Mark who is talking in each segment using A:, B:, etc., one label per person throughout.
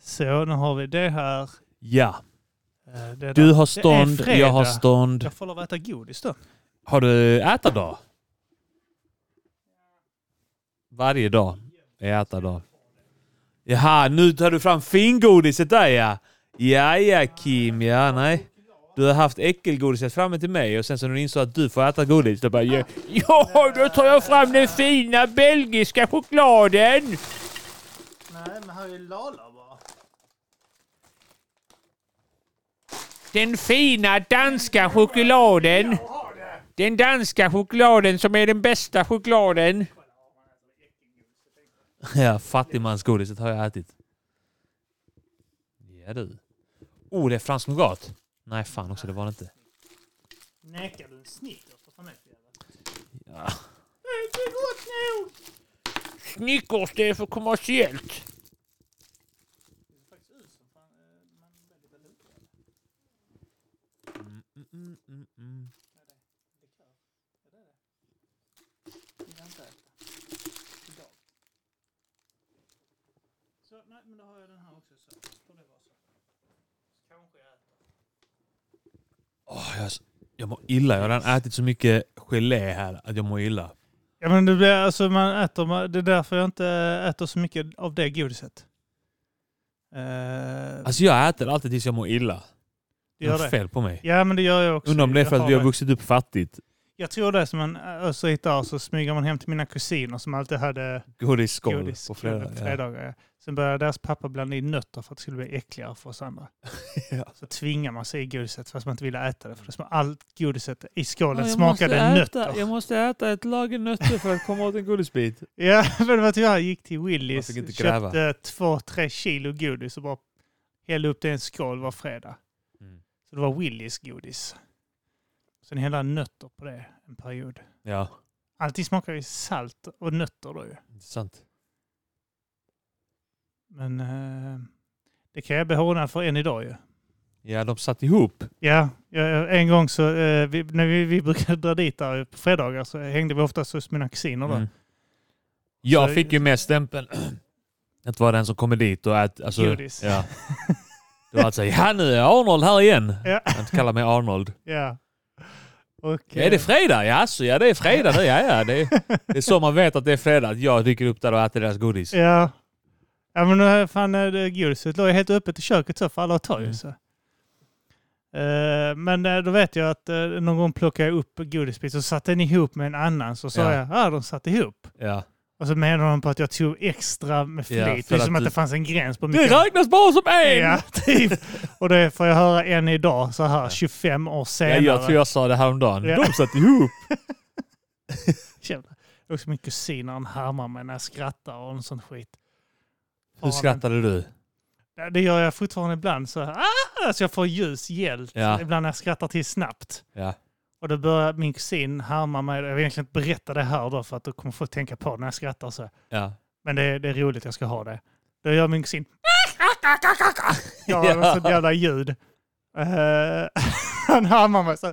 A: Så, nu har vi det här.
B: Ja,
A: Eh, Det
B: du
A: där-
B: har
A: Det
B: stånd,
A: är fredag.
B: jag har stånd.
A: Jag får lov att äta godis då.
B: Har du ätardag? Varje dag är ätardag. Jaha, nu tar du fram fingodiset där ja. Ja, ja Kim, ja nej. Du har haft äckelgodiset framme till mig och sen så när du insåg att du får äta godis, då bara ja, ja, då tar jag fram den fina belgiska chokladen.
A: Nej, men här är Lala bara.
B: Den fina danska chokladen. Den danska chokladen som är den bästa chokladen. Ja, fattigmansgodiset har jag ätit. Ja du. Oh, det är fransk nougat. Nej, fan också, det var det inte.
A: Nekar du en Snickers? Vad fan är det för jävla-
B: Ja.
A: Det är inte gott nog!
B: Snickers, det är för kommersiellt.
A: Det är faktiskt ut som fan. eh, Man väljer väl ut det. Likör. Är det det? Vill jag inte äta. Idag. Så, nej, men då har jag den här också. Så får det vara så. Kanske jag äter.
B: Åh, jag, jag mår illa. Jag har redan ätit så mycket gelé här att jag mår illa.
A: Ja men det blir alltså man äter, man- det är därför jag inte äter så mycket av det godiset. Eh,
B: Alltså jag äter alltid tills jag mår illa.
A: det gör
B: är
A: det.
B: fel på mig.
A: Ja men det gör jag också.
B: Undrar om det är
A: Jag
B: för att vi har
A: det.
B: vuxit upp fattigt.
A: Jag tror det som man öser hit där så smyger man hem till mina kusiner som alltid hade
B: Godisskål
A: godis
B: på fredag. ja.
A: fredagar. ja. Sen började deras pappa blanda i nötter för att det skulle bli äckligare för oss andra.
B: Ja.
A: Så tvingar man sig i godiset fast man inte ville äta det. För det smak, allt godiset i skålen
B: Ja, jag
A: smakade
B: måste
A: nötter.
B: Äta, jag måste äta ett lager nötter för att komma åt en godisbit.
A: Ja, men det var tyvärr. Jag gick till
B: Man
A: Willys,
B: fick inte gräva.
A: köpte två, tre kilo godis och bara hällde upp det i en skål var fredag.
B: Mm.
A: Så det var Willys godis. Sen hällde jag nötter på det en period.
B: Ja,
A: Allting smakar ju salt och nötter då ju.
B: intressant.
A: Men eh, det kan jag behålla för än idag ju.
B: Ja, de satt ihop.
A: Ja, jag- en gång så, eh, vi, när vi, vi brukade dra dit där på fredagar så hängde vi oftast hos mina kusiner då.
B: Mm. Jag
A: Så-
B: fick ju med stämpeln att vara den som kommer dit och äter. Alltså,
A: Godis.
B: Ja. Det var alltså, ja nu är Arnold här igen.
A: Ja.
B: Jag kan inte kalla mig Arnold.
A: Ja. Och,
B: Är det fredag? Ja, så, ja det är fredag nu. Ja, ja, det, det är så man vet att det är fredag. Att jag dyker upp där och äter deras godis.
A: eh, Ja. Ja men eh, fan eh, det godiset låg ju helt öppet i köket så för alla att ta ju
B: Mm.
A: så. Eh, Men eh, då vet jag att eh, någon gång plockade jag upp godisbit och satte den ihop med en annan så sa
B: Ja.
A: jag ah, de satt ihop.
B: Ja.
A: Och så menade de på att jag tog extra med
B: Ja,
A: flit. det
B: för
A: är
B: att
A: som att
B: du-
A: det fanns en gräns på
B: Det
A: mycket.
B: räknas bara som en!
A: Ja, typ. Och det får jag höra än idag så här 25 år
B: Ja,
A: senare.
B: jag tror jag sa det häromdagen.
A: Ja.
B: De satt ihop.
A: Jävlar. Det är också min kusin när han härmar mig när jag skrattar och en sån skit.
B: Hur
A: Fan.
B: skrattade du?
A: Ja, Det gör jag fortfarande ibland. Så, ah! så jag får ljus hjält
B: Ja.
A: ibland när jag skrattar till snabbt.
B: Ja.
A: Och då börjar min kusin härma mig. Jag vill egentligen inte berätta det här då för att då kommer folk tänka på när jag skrattar så.
B: Ja.
A: Men det, är- det är roligt, jag ska ha det. Då gör min kusin... "Ah!" Jag har
B: Ja.
A: ja. sånt jävla ljud. Eh, han härmar mig så.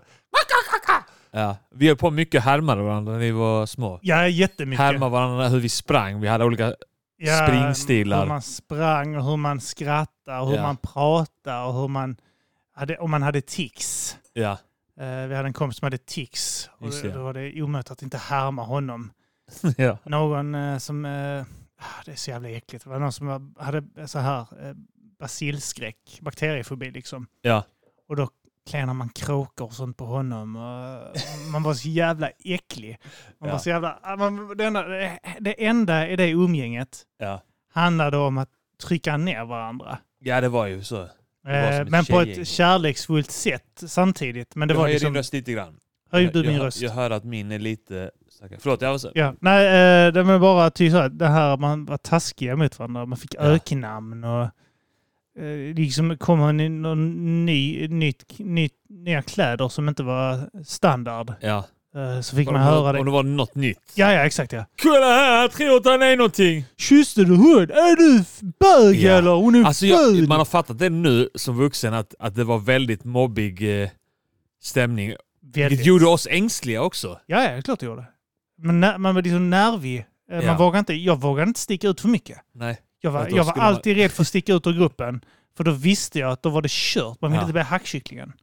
B: Ja. Vi höll på mycket att härma varandra när vi var små.
A: Ja, jättemycket.
B: Härma varandra hur vi sprang. Vi hade olika...
A: ja,
B: springstilar.
A: Hur man sprang och hur man skrattade och hur
B: Ja.
A: man pratade och hur man... Hade, om man hade tics.
B: Ja.
A: Eh, vi hade en kompis som hade tics. Och
B: Just
A: det,
B: det.
A: då var det omöjligt att inte härma honom.
B: ja.
A: Någon eh, som... eh, ah, det är så jävla äckligt. Det var någon som var- hade så här eh, basilskräck, bakteriefobi liksom.
B: Ja.
A: Och då klänar man kråkor och sånt på honom. Och eh, man var så jävla äcklig. Man var
B: Ja.
A: så jävla, ah, man, det, enda, det enda i det umgänget
B: Ja.
A: handlade om att trycka ner varandra.
B: Ja, det var ju så. Det var som
A: Eh,
B: ett
A: Men på
B: tjejgäng.
A: ett kärleksfullt sätt samtidigt. Men det
B: jag
A: var
B: höjer din
A: liksom...
B: röst lite grann.
A: Höj du
B: jag,
A: min
B: jag,
A: röst?
B: Jag hör att min är lite... Stackare. Förlåt, jag var så...
A: Ja, nej, eh, det var bara ty så här, det här man var taskiga mot varandra. Man fick
B: Ja.
A: öknamn och eh, liksom kom man i någon ny, nytt, nytt, nya kläder som inte var standard.
B: Ja.
A: Eh, så fick
B: Om,
A: man höra
B: om
A: det.
B: det var något nytt.
A: Ja, ja, exakt ja.
B: Kolla här, jag tror att han är någonting.
A: Kysste du hon? Är du f- bög
B: Ja.
A: eller? Hon är
B: Alltså,
A: ful!
B: jag, man har fattat det nu som vuxen att, att det var väldigt mobbig eh, stämning. Vilket
A: Väldigt.
B: gjorde oss ängsliga också.
A: Ja, ja, det är klart det gjorde. Men när, man var liksom nervig. Eh,
B: Ja.
A: Man vågade inte, jag vågade inte sticka ut för mycket.
B: Nej.
A: Jag var,
B: Att då
A: jag var
B: skulle man-
A: alltid rädd för att sticka ut ur gruppen. För då visste jag att då var det kört. Man ville
B: Ja.
A: inte bli hackkycklingen.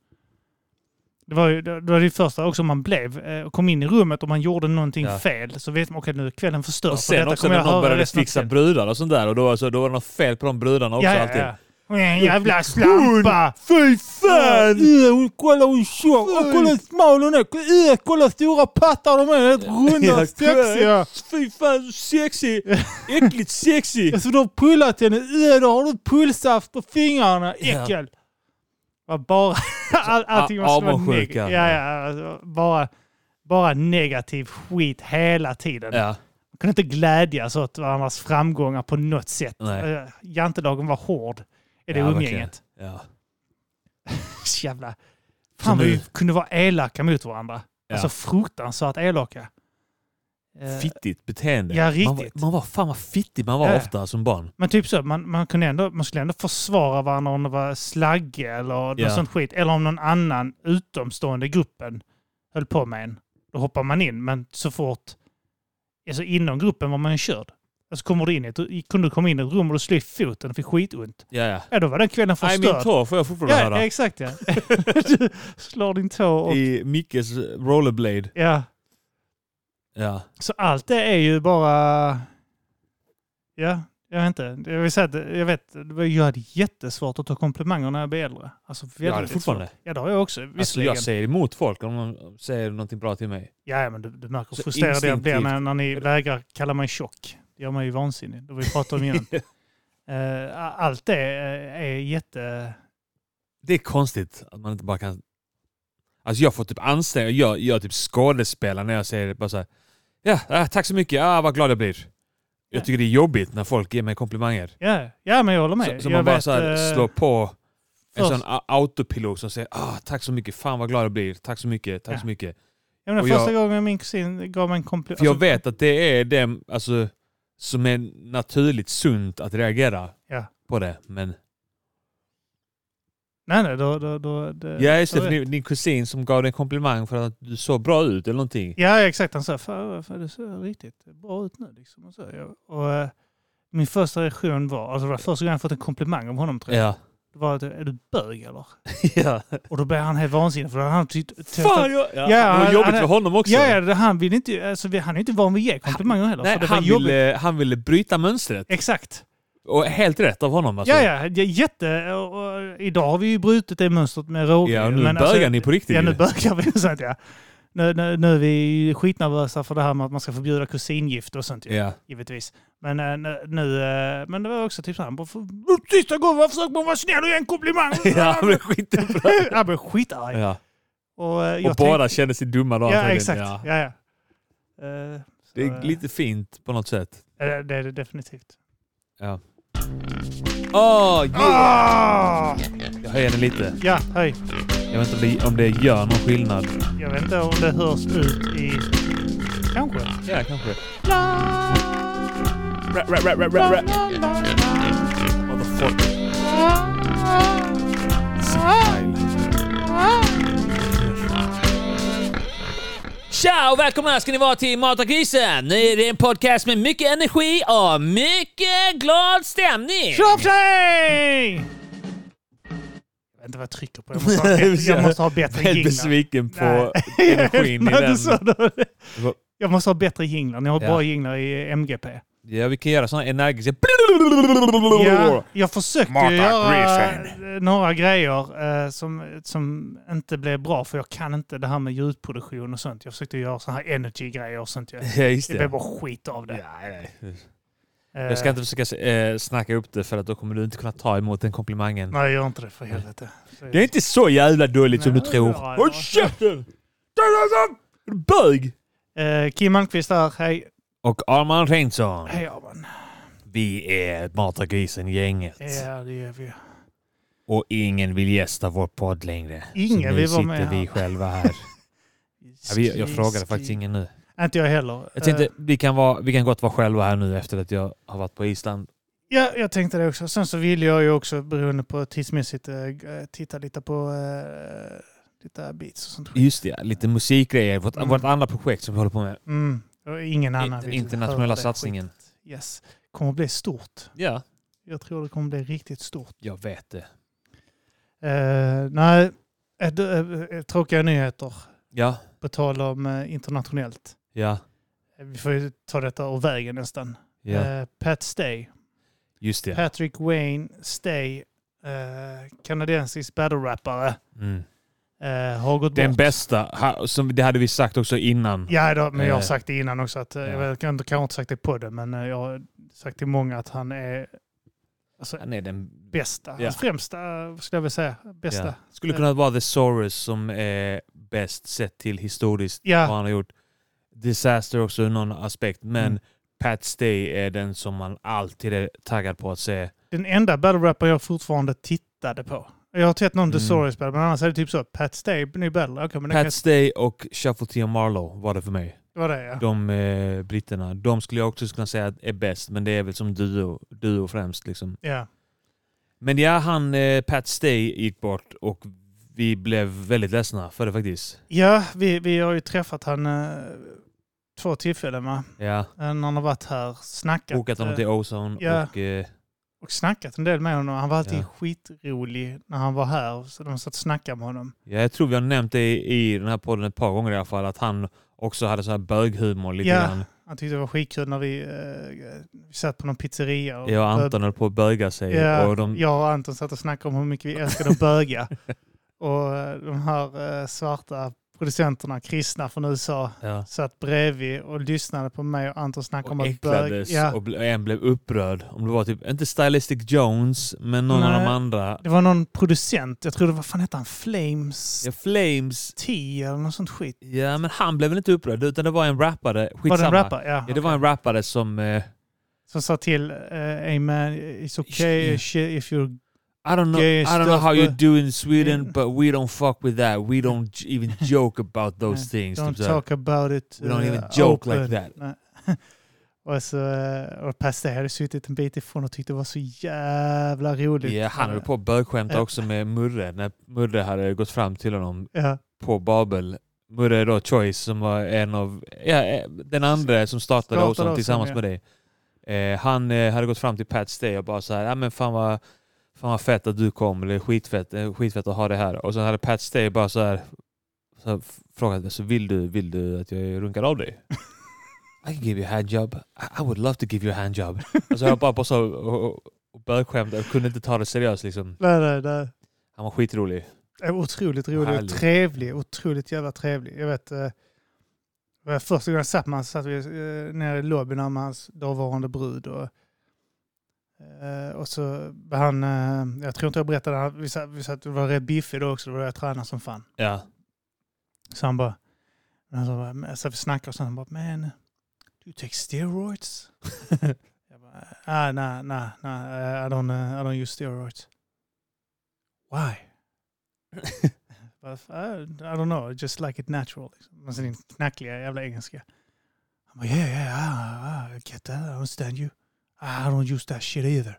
A: Det var, ju, det det var det första också man blev. eh, och Kom in i rummet och man gjorde någonting
B: Ja.
A: fel så vet man okej nu är kvällen förstörd.
B: Och
A: för
B: sen
A: detta
B: också
A: kommer
B: när
A: jag
B: någon
A: höra
B: började
A: resten av
B: fixa
A: tiden.
B: brudar och sånt där. Och då, alltså, då var det något fel på de brudarna också alltid.
A: ja, ja. Jävla slampa!
B: Fy fan!
C: hon kolla hon är tjock! Och kolla hur smal hon är! Äh, kolla stora pattar de är! Helt runda
B: Ja,
C: och sexiga!
B: Fy fan, så sexig! Äckligt sexig!
C: Alltså du har pullat henne! Äh, då har du pulsaft på fingrarna! Äckel!
A: Var bara, all, allting måste vara neg-
B: avundsjuka.
A: ja, ja, alltså, bara, bara negativ skit hela tiden.
B: Ja,
A: Man kunde inte glädjas åt varandras framgångar på något sätt.
B: Nej.
A: Eh, Jantelagen var hård i det
B: Ja,
A: umgänget.
B: ja.
A: Jävla. Fan
B: Så
A: vad
B: nu-
A: vi kunde vara elaka mot varandra.
B: Ja.
A: Alltså fruktansvärt elaka. Eh,
B: Fittigt beteende.
A: Ja,
B: Man, var-
A: riktigt.
B: man var fan vad fittig man var
A: Ja.
B: ofta som barn.
A: Men typ så, man, man, kunde ändå, man skulle ändå försvara varandra om det var slagge eller
B: Ja.
A: något sånt skit. Eller om någon annan utomstående i gruppen höll på med en. Då hoppar man in, men så fort... Alltså inom gruppen var man ju körd. Alltså kommer du in i ett, kunde du komma in i ett rum och du slog i foten och fick skitont.
B: Ja, ja.
A: Ja, då var den kvällen
B: Nej, min
A: förstörd.
B: tå får jag fortfarande
A: Ja,
B: höra.
A: exakt ja. du slår din tå och...
B: I Mickes rollerblade.
A: Ja.
B: Ja.
A: Så allt det är ju bara... Ja, jag vet inte. Jag vill säga att jag vet, det var- jag hade jättesvårt att ta komplimanger när jag blev äldre. Alltså väldigt
B: Jag har det fortfarande.
A: svårt. Ja, det har jag också.
B: Alltså,
A: Visserligen.
B: jag säger emot folk om de säger någonting bra till mig.
A: Ja, men du, du märker hur
B: Så
A: frustrerad jag blir när,
B: instinktivt.
A: när ni vägrar kalla mig tjock. Det gör mig ju vansinnig. Det var vi pratade om innan. Eh, Allt det eh, är jätte...
B: Det är konstigt att man inte bara kan... Alltså jag får typ anstränga jag, jag är typ skådespelar när jag säger det. Bara så här, ja, ah, tack så mycket. Ah, vad glad jag blir. Jag tycker det är jobbigt när folk ger mig komplimanger.
A: Ja, ja men jag håller med.
B: Så, så
A: jag
B: man bara
A: vet,
B: så här,
A: eh,
B: slår på en
A: först-
B: sån a- autopilot som säger ah, tack så mycket, fan vad glad jag blir, tack så mycket, tack
A: Ja.
B: så mycket.
A: Ja, men
B: och
A: den första
B: jag-
A: gången min kusin gav mig en alltså, komplimang.
B: För jag vet att det är det alltså, som är naturligt sunt att reagera
A: Ja.
B: på det. Men
A: Nej, nej, då... då, då det,
B: ja, just det,
A: då
B: för
A: vet-
B: din, din kusin som gav dig en komplimang för att du såg bra ut eller någonting.
A: Ja, exakt. Han sa, fan för det ser riktigt bra ut nu. Liksom. Och så, jag, och, eh, min första reaktion var, alltså det var första gången jag fått en komplimang av honom tror jag.
B: Ja.
A: Det var att, är du bög eller?
B: ja.
A: Och då blev han helt vansinnig för då hade han tyckt... tyckt Typ att-
B: Fan, jag,
A: Ja,
B: ja, det var
A: han-
B: jobbigt
A: han-
B: för honom också.
A: Ja, ja, det- han vill inte, alltså, vi- han är inte van vid att ge komplimanger heller.
B: Nej,
A: för det var
B: han,
A: jobbigt.
B: ville, han ville bryta mönstret.
A: Exakt.
B: Och helt rätt av honom. Alltså.
A: Ja, ja, det är jätte... Och, och, idag har vi ju brutit det mönstret med råge.
B: Ja, och nu
A: men alltså-
B: börjar ni på riktigt.
A: Ja, nu
B: ju.
A: börjar vi. Sånt, ja. nu, nu, nu är vi skitnervösa för det här med att man ska förbjuda kusingift och sånt. ju.
B: ja.
A: givetvis. Men eh, nu- nu, eh, men det var också typ såhär, han bara, "För- tysta gubbar, försök bara vara snäll och ge en komplimang.
B: ja, men skit i det.
A: Han blev skitarg.
B: ja.
A: Och, eh, jag
B: Och båda
A: tänkte-
B: kände sig dumma då.
A: Ja,
B: antagligen.
A: exakt.
B: Ja.
A: Ja. Ja, Eh, så,
B: Det
A: eh,
B: är lite fint på något sätt.
A: ja, det- det är det definitivt.
B: Åh, yeah.
A: Ah!
B: Jag höjer den lite.
A: Ja, hej.
B: Jag vet inte om det, om det gör någon skillnad.
A: Jag vet inte om det hörs ut i... Kanske.
B: Ja, kanske.
D: Tja och välkomna ska ni vara till Mata grisen. Det är en podcast med mycket energi och mycket glad stämning.
A: Köp sig! Jag vet inte vad jag trycker på. Jag måste ha, bättre- jag måste ha bättre
B: Helt
A: jinglar.
B: besviken på
A: Nej.
B: energin i
A: Men du
B: den.
A: sa det.
B: Vad-
A: Jag måste ha bättre jinglar. Ni har
B: Ja.
A: bra jinglar i MGP.
B: Ja, vi kan göra sådana energiska...
A: Ja, jag försökte
B: Martha
A: ju göra eh, några grejer eh, som, som inte blev bra för jag kan inte det här med ljudproduktion och sånt. Jag försökte göra så här energy-grejer och sånt. Jag,
B: Ja, just
A: det blev
B: det.
A: bara skit av det.
B: Ja, nej.
A: Eh,
B: Jag ska inte försöka eh, snacka upp det för att då kommer du inte kunna ta emot den komplimangen.
A: Nej, gör inte det för helvete. Så-
B: Det är inte så jävla dåligt som du
A: Nej,
B: tror.
A: ja, ja.
B: Håll käften! Är du Bög!
A: Eh, Kim Malmqvist här. Hej.
B: Och Arman Reinsson.
A: Hej Arman.
B: Vi är Mata Grisen-gänget.
A: Ja, det gör vi.
B: Och ingen vill gästa vår podd längre.
A: Ingen
B: så nu
A: vill vara
B: sitter
A: med
B: vi
A: här.
B: själva här. Ja, vi, jag frågade faktiskt ingen nu.
A: Inte jag heller.
B: Jag tänkte,
A: Eh,
B: vi, kan vara, vi kan gott vara själva här nu efter att jag har varit på Island.
A: Ja, jag tänkte det också. Sen så ville jag ju också, beroende på tidsmässigt, eh, g- eh, titta lite på eh, lite beats och sånt skit.
B: Just det, ja, lite musikgrejer. Vårt,
A: Mm.
B: vårt andra projekt som vi håller på med.
A: Mm. Och ingen annan
B: I-
A: vill
B: internationella
A: höra det
B: satsningen.
A: skit. Yes. Kommer att bli stort.
B: Ja,
A: Jag tror det kommer bli riktigt stort.
B: Jag vet det.
A: Eh, nej, eh, det- eh, eh, tråkiga nyheter
B: Ja,
A: på tal om eh, internationellt.
B: ja,
A: Eh, Vi får ju ta detta ur vägen nästan.
B: ja.
A: Eh, Pat Stay,
B: Just det.
A: Patrick Wayne Stay, eh, kanadensisk battle-rappare,
B: Mm.
A: eh, har gått
B: Den
A: bort.
B: bästa, ha- som det hade vi sagt också innan.
A: Ja, då, men jag har
B: Eh,
A: sagt det innan också. Att, eh,
B: ja.
A: Jag vet- jag har inte- kanske inte sagt det på det, men eh, jag har sagt till många att han är alltså,
B: Han är den
A: bästa.
B: Ja.
A: Hans främsta, skulle jag vilja säga. Bästa.
B: Ja. Skulle kunna vara The Sorus som är bäst sett till historiskt
A: Eh, Ja.
B: vad han har gjort. Disaster också ur någon aspekt, men
A: Mm.
B: Pat Stay är den som man alltid är taggad på att se.
A: Den enda battle-rapper jag fortfarande tittade på. Jag har sett någon mm.
B: Mm.
A: Desaurius battle, men annars är det typ så. Pat Stay, ny battle. Okej, men det kan
B: Pat Stay och Shuffle T Marlowe var det för mig.
A: det var det ja.
B: De eh, britterna. De skulle jag också kunna säga är bäst, men det är väl som duo, duo främst. Liksom.
A: ja.
B: Men ja, han eh, Pat Stay gick bort och vi blev väldigt ledsna för det faktiskt.
A: Ja, vi, vi har ju träffat han eh, två tillfällen va?
B: Ja.
A: Eh, När han har varit här. Snackat.
B: Bokat honom
A: eh,
B: till Ozone
A: ja.
B: och... Eh,
A: och snackat en del med honom. Han var alltid
B: Ja.
A: skitrolig när han var här. Så de satt och snackade med honom.
B: Ja, jag tror vi har nämnt det i, i den här podden ett par gånger i alla fall, att han också hade så här böghumor lite
A: Ja.
B: grann.
A: Han tyckte det var skitkul när vi, eh, vi satt på någon pizzeria. Och
B: Jag och Anton höll på att böga sig.
A: Ja,
B: och de,
A: Jag och Anton satt och snackade om hur mycket vi älskade att böga. och eh, de här eh, svarta producenterna, kristna från USA,
B: ja.
A: satt bredvid och lyssnade på mig och Anton snacka om
B: Och
A: att böga.
B: äcklades
A: Ja,
B: och ble, en blev upprörd. Om det var typ, inte Stylistic Jones, men någon av de
A: Nej.
B: andra.
A: det var någon producent, jag tror det var, vad fan hette han, Flames
B: Ja, Flames,
A: 10 eller något sånt skit.
B: ja men han blev väl inte upprörd, utan det var en rappare.
A: Var det
B: Skitsamma.
A: en rappare? Ja.
B: Ja, det var en rappare som... Eh,
A: Som sa till, eh, hey man, it's okay
B: Ja.
A: shit if you're...
B: I don't know,
A: Gay
B: I don't know
A: stuff,
B: how you
A: but-
B: do in Sweden,
A: Yeah.
B: but we don't fuck with that. We don't j- even joke about those things.
A: Don't
B: typ så här.
A: talk about it.
B: We don't
A: eh,
B: even joke
A: open."
B: like that.
A: Nej. Och så eh, och Pasté hade suttit en bit ifrån och tyckte det var så jävla roligt.
B: Ja, han höll på att bögskämta
A: Ja.
B: också med Murre när Murre hade gått fram till honom
A: Ja,
B: på Babel. Murre är då Choice som var en av, ja, eh, den andra som startade
A: Startade
B: Ozon
A: Ozone,
B: tillsammans
A: ja.
B: med dig. Eh, han eh, hade gått fram till Pat Stay och bara så här, ja men fan vad, fan vad fett att du kom, eller skitfett, eh, skitfett att ha det här. Och sen hade Pat Stay bara så här, så här f- frågat, alltså, vill, du, vill du att jag runkar av dig? I can give you a handjob. I- I would love to give you a handjob. Alltså jag bara på så och, och, och bögskämtade och kunde inte ta det seriöst liksom.
A: nej, nej, nej.
B: Han var skitrolig.
A: Det var Otroligt rolig och
B: Härligt.
A: trevlig. Otroligt jävla trevlig. Jag vet, eh, det var första gången jag satt med honom så satt vi eh, nere i lobbyn här med hans dåvarande brud. Och, eh, och så var han, eh, jag tror inte jag berättade, han- vi satt, vi satt, det var rätt biffig då också, det var då jag tränade som fan.
B: Ja.
A: Så han bara, han så bara men- så vi snackade och sen han bara, man, do you take steroids? jag bara, ah, nej, nej, nej, I don't, uh, I don't use steroids. Why? Bara, I, I don't know, just like it natural. Liksom. Men sen din knackliga jävla engelska. Han bara, yeah, yeah, I, I get that, I understand you. Ah, I don't use that shit either.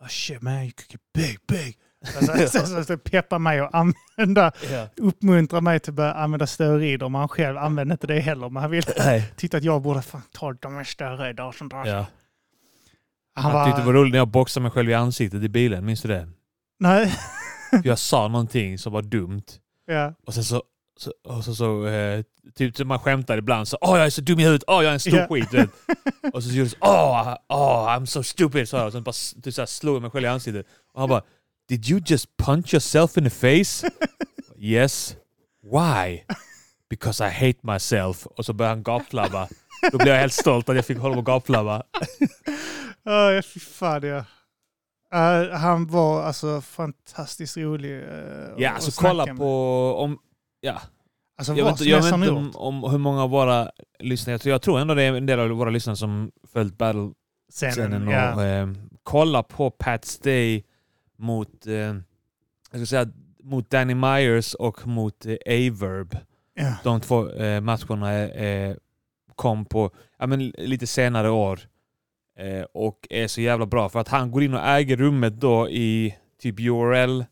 A: But shit man, you could get big, big. Alltså, så, så, så peppa mig och använda uppmuntrar mig till att börja använda steroider, men han själv använder inte det heller. Men han vill
B: Nej.
A: tyckte att jag borde fan ta de här steroider och sånt där.
B: Ja.
A: Han
B: Jag
A: var,
B: tyckte det var roligt när jag boxade mig själv i ansiktet i bilen, minns du det?
A: nej,
B: För Jag sa någonting som var dumt
A: ja,
B: och sen så, så, och så, så eh, typ som man skämtar ibland så åh jag är så dum i huvudet, åh jag är en stor
A: Ja.
B: skit. du Vet. Och så gjorde jag så åh, åh I'm so stupid sa jag och sen bara s- typ så här, slog jag mig själv i ansiktet. Och han bara Did you just punch yourself in the face? yes. Why? Because I hate myself. Och så började han gapflabba. Då blev jag helt stolt att jag fick hålla på och gapflabba.
A: oh, fy fan ja. Eh, han var alltså fantastiskt rolig. eh,
B: Ja,
A: att
B: alltså
A: snacka
B: kolla
A: med.
B: på... Om, ja.
A: Alltså
B: Jag
A: vad
B: vet,
A: som
B: inte- jag
A: helst
B: vet
A: han
B: inte
A: gjort.
B: om, om hur många av våra lyssnare... Jag tror, jag tror ändå det är en del av våra lyssnare som följt battle-scenen.
A: Scenen,
B: och,
A: ja.
B: eh, kolla på Pat Stay mot... Eh, jag ska säga mot Danny Myers och mot eh, Averb.
A: Ja.
B: De två eh, matcherna eh, kom på ja, men, lite senare år. Eh, och är så jävla bra för att han går in och äger rummet då i typ URL.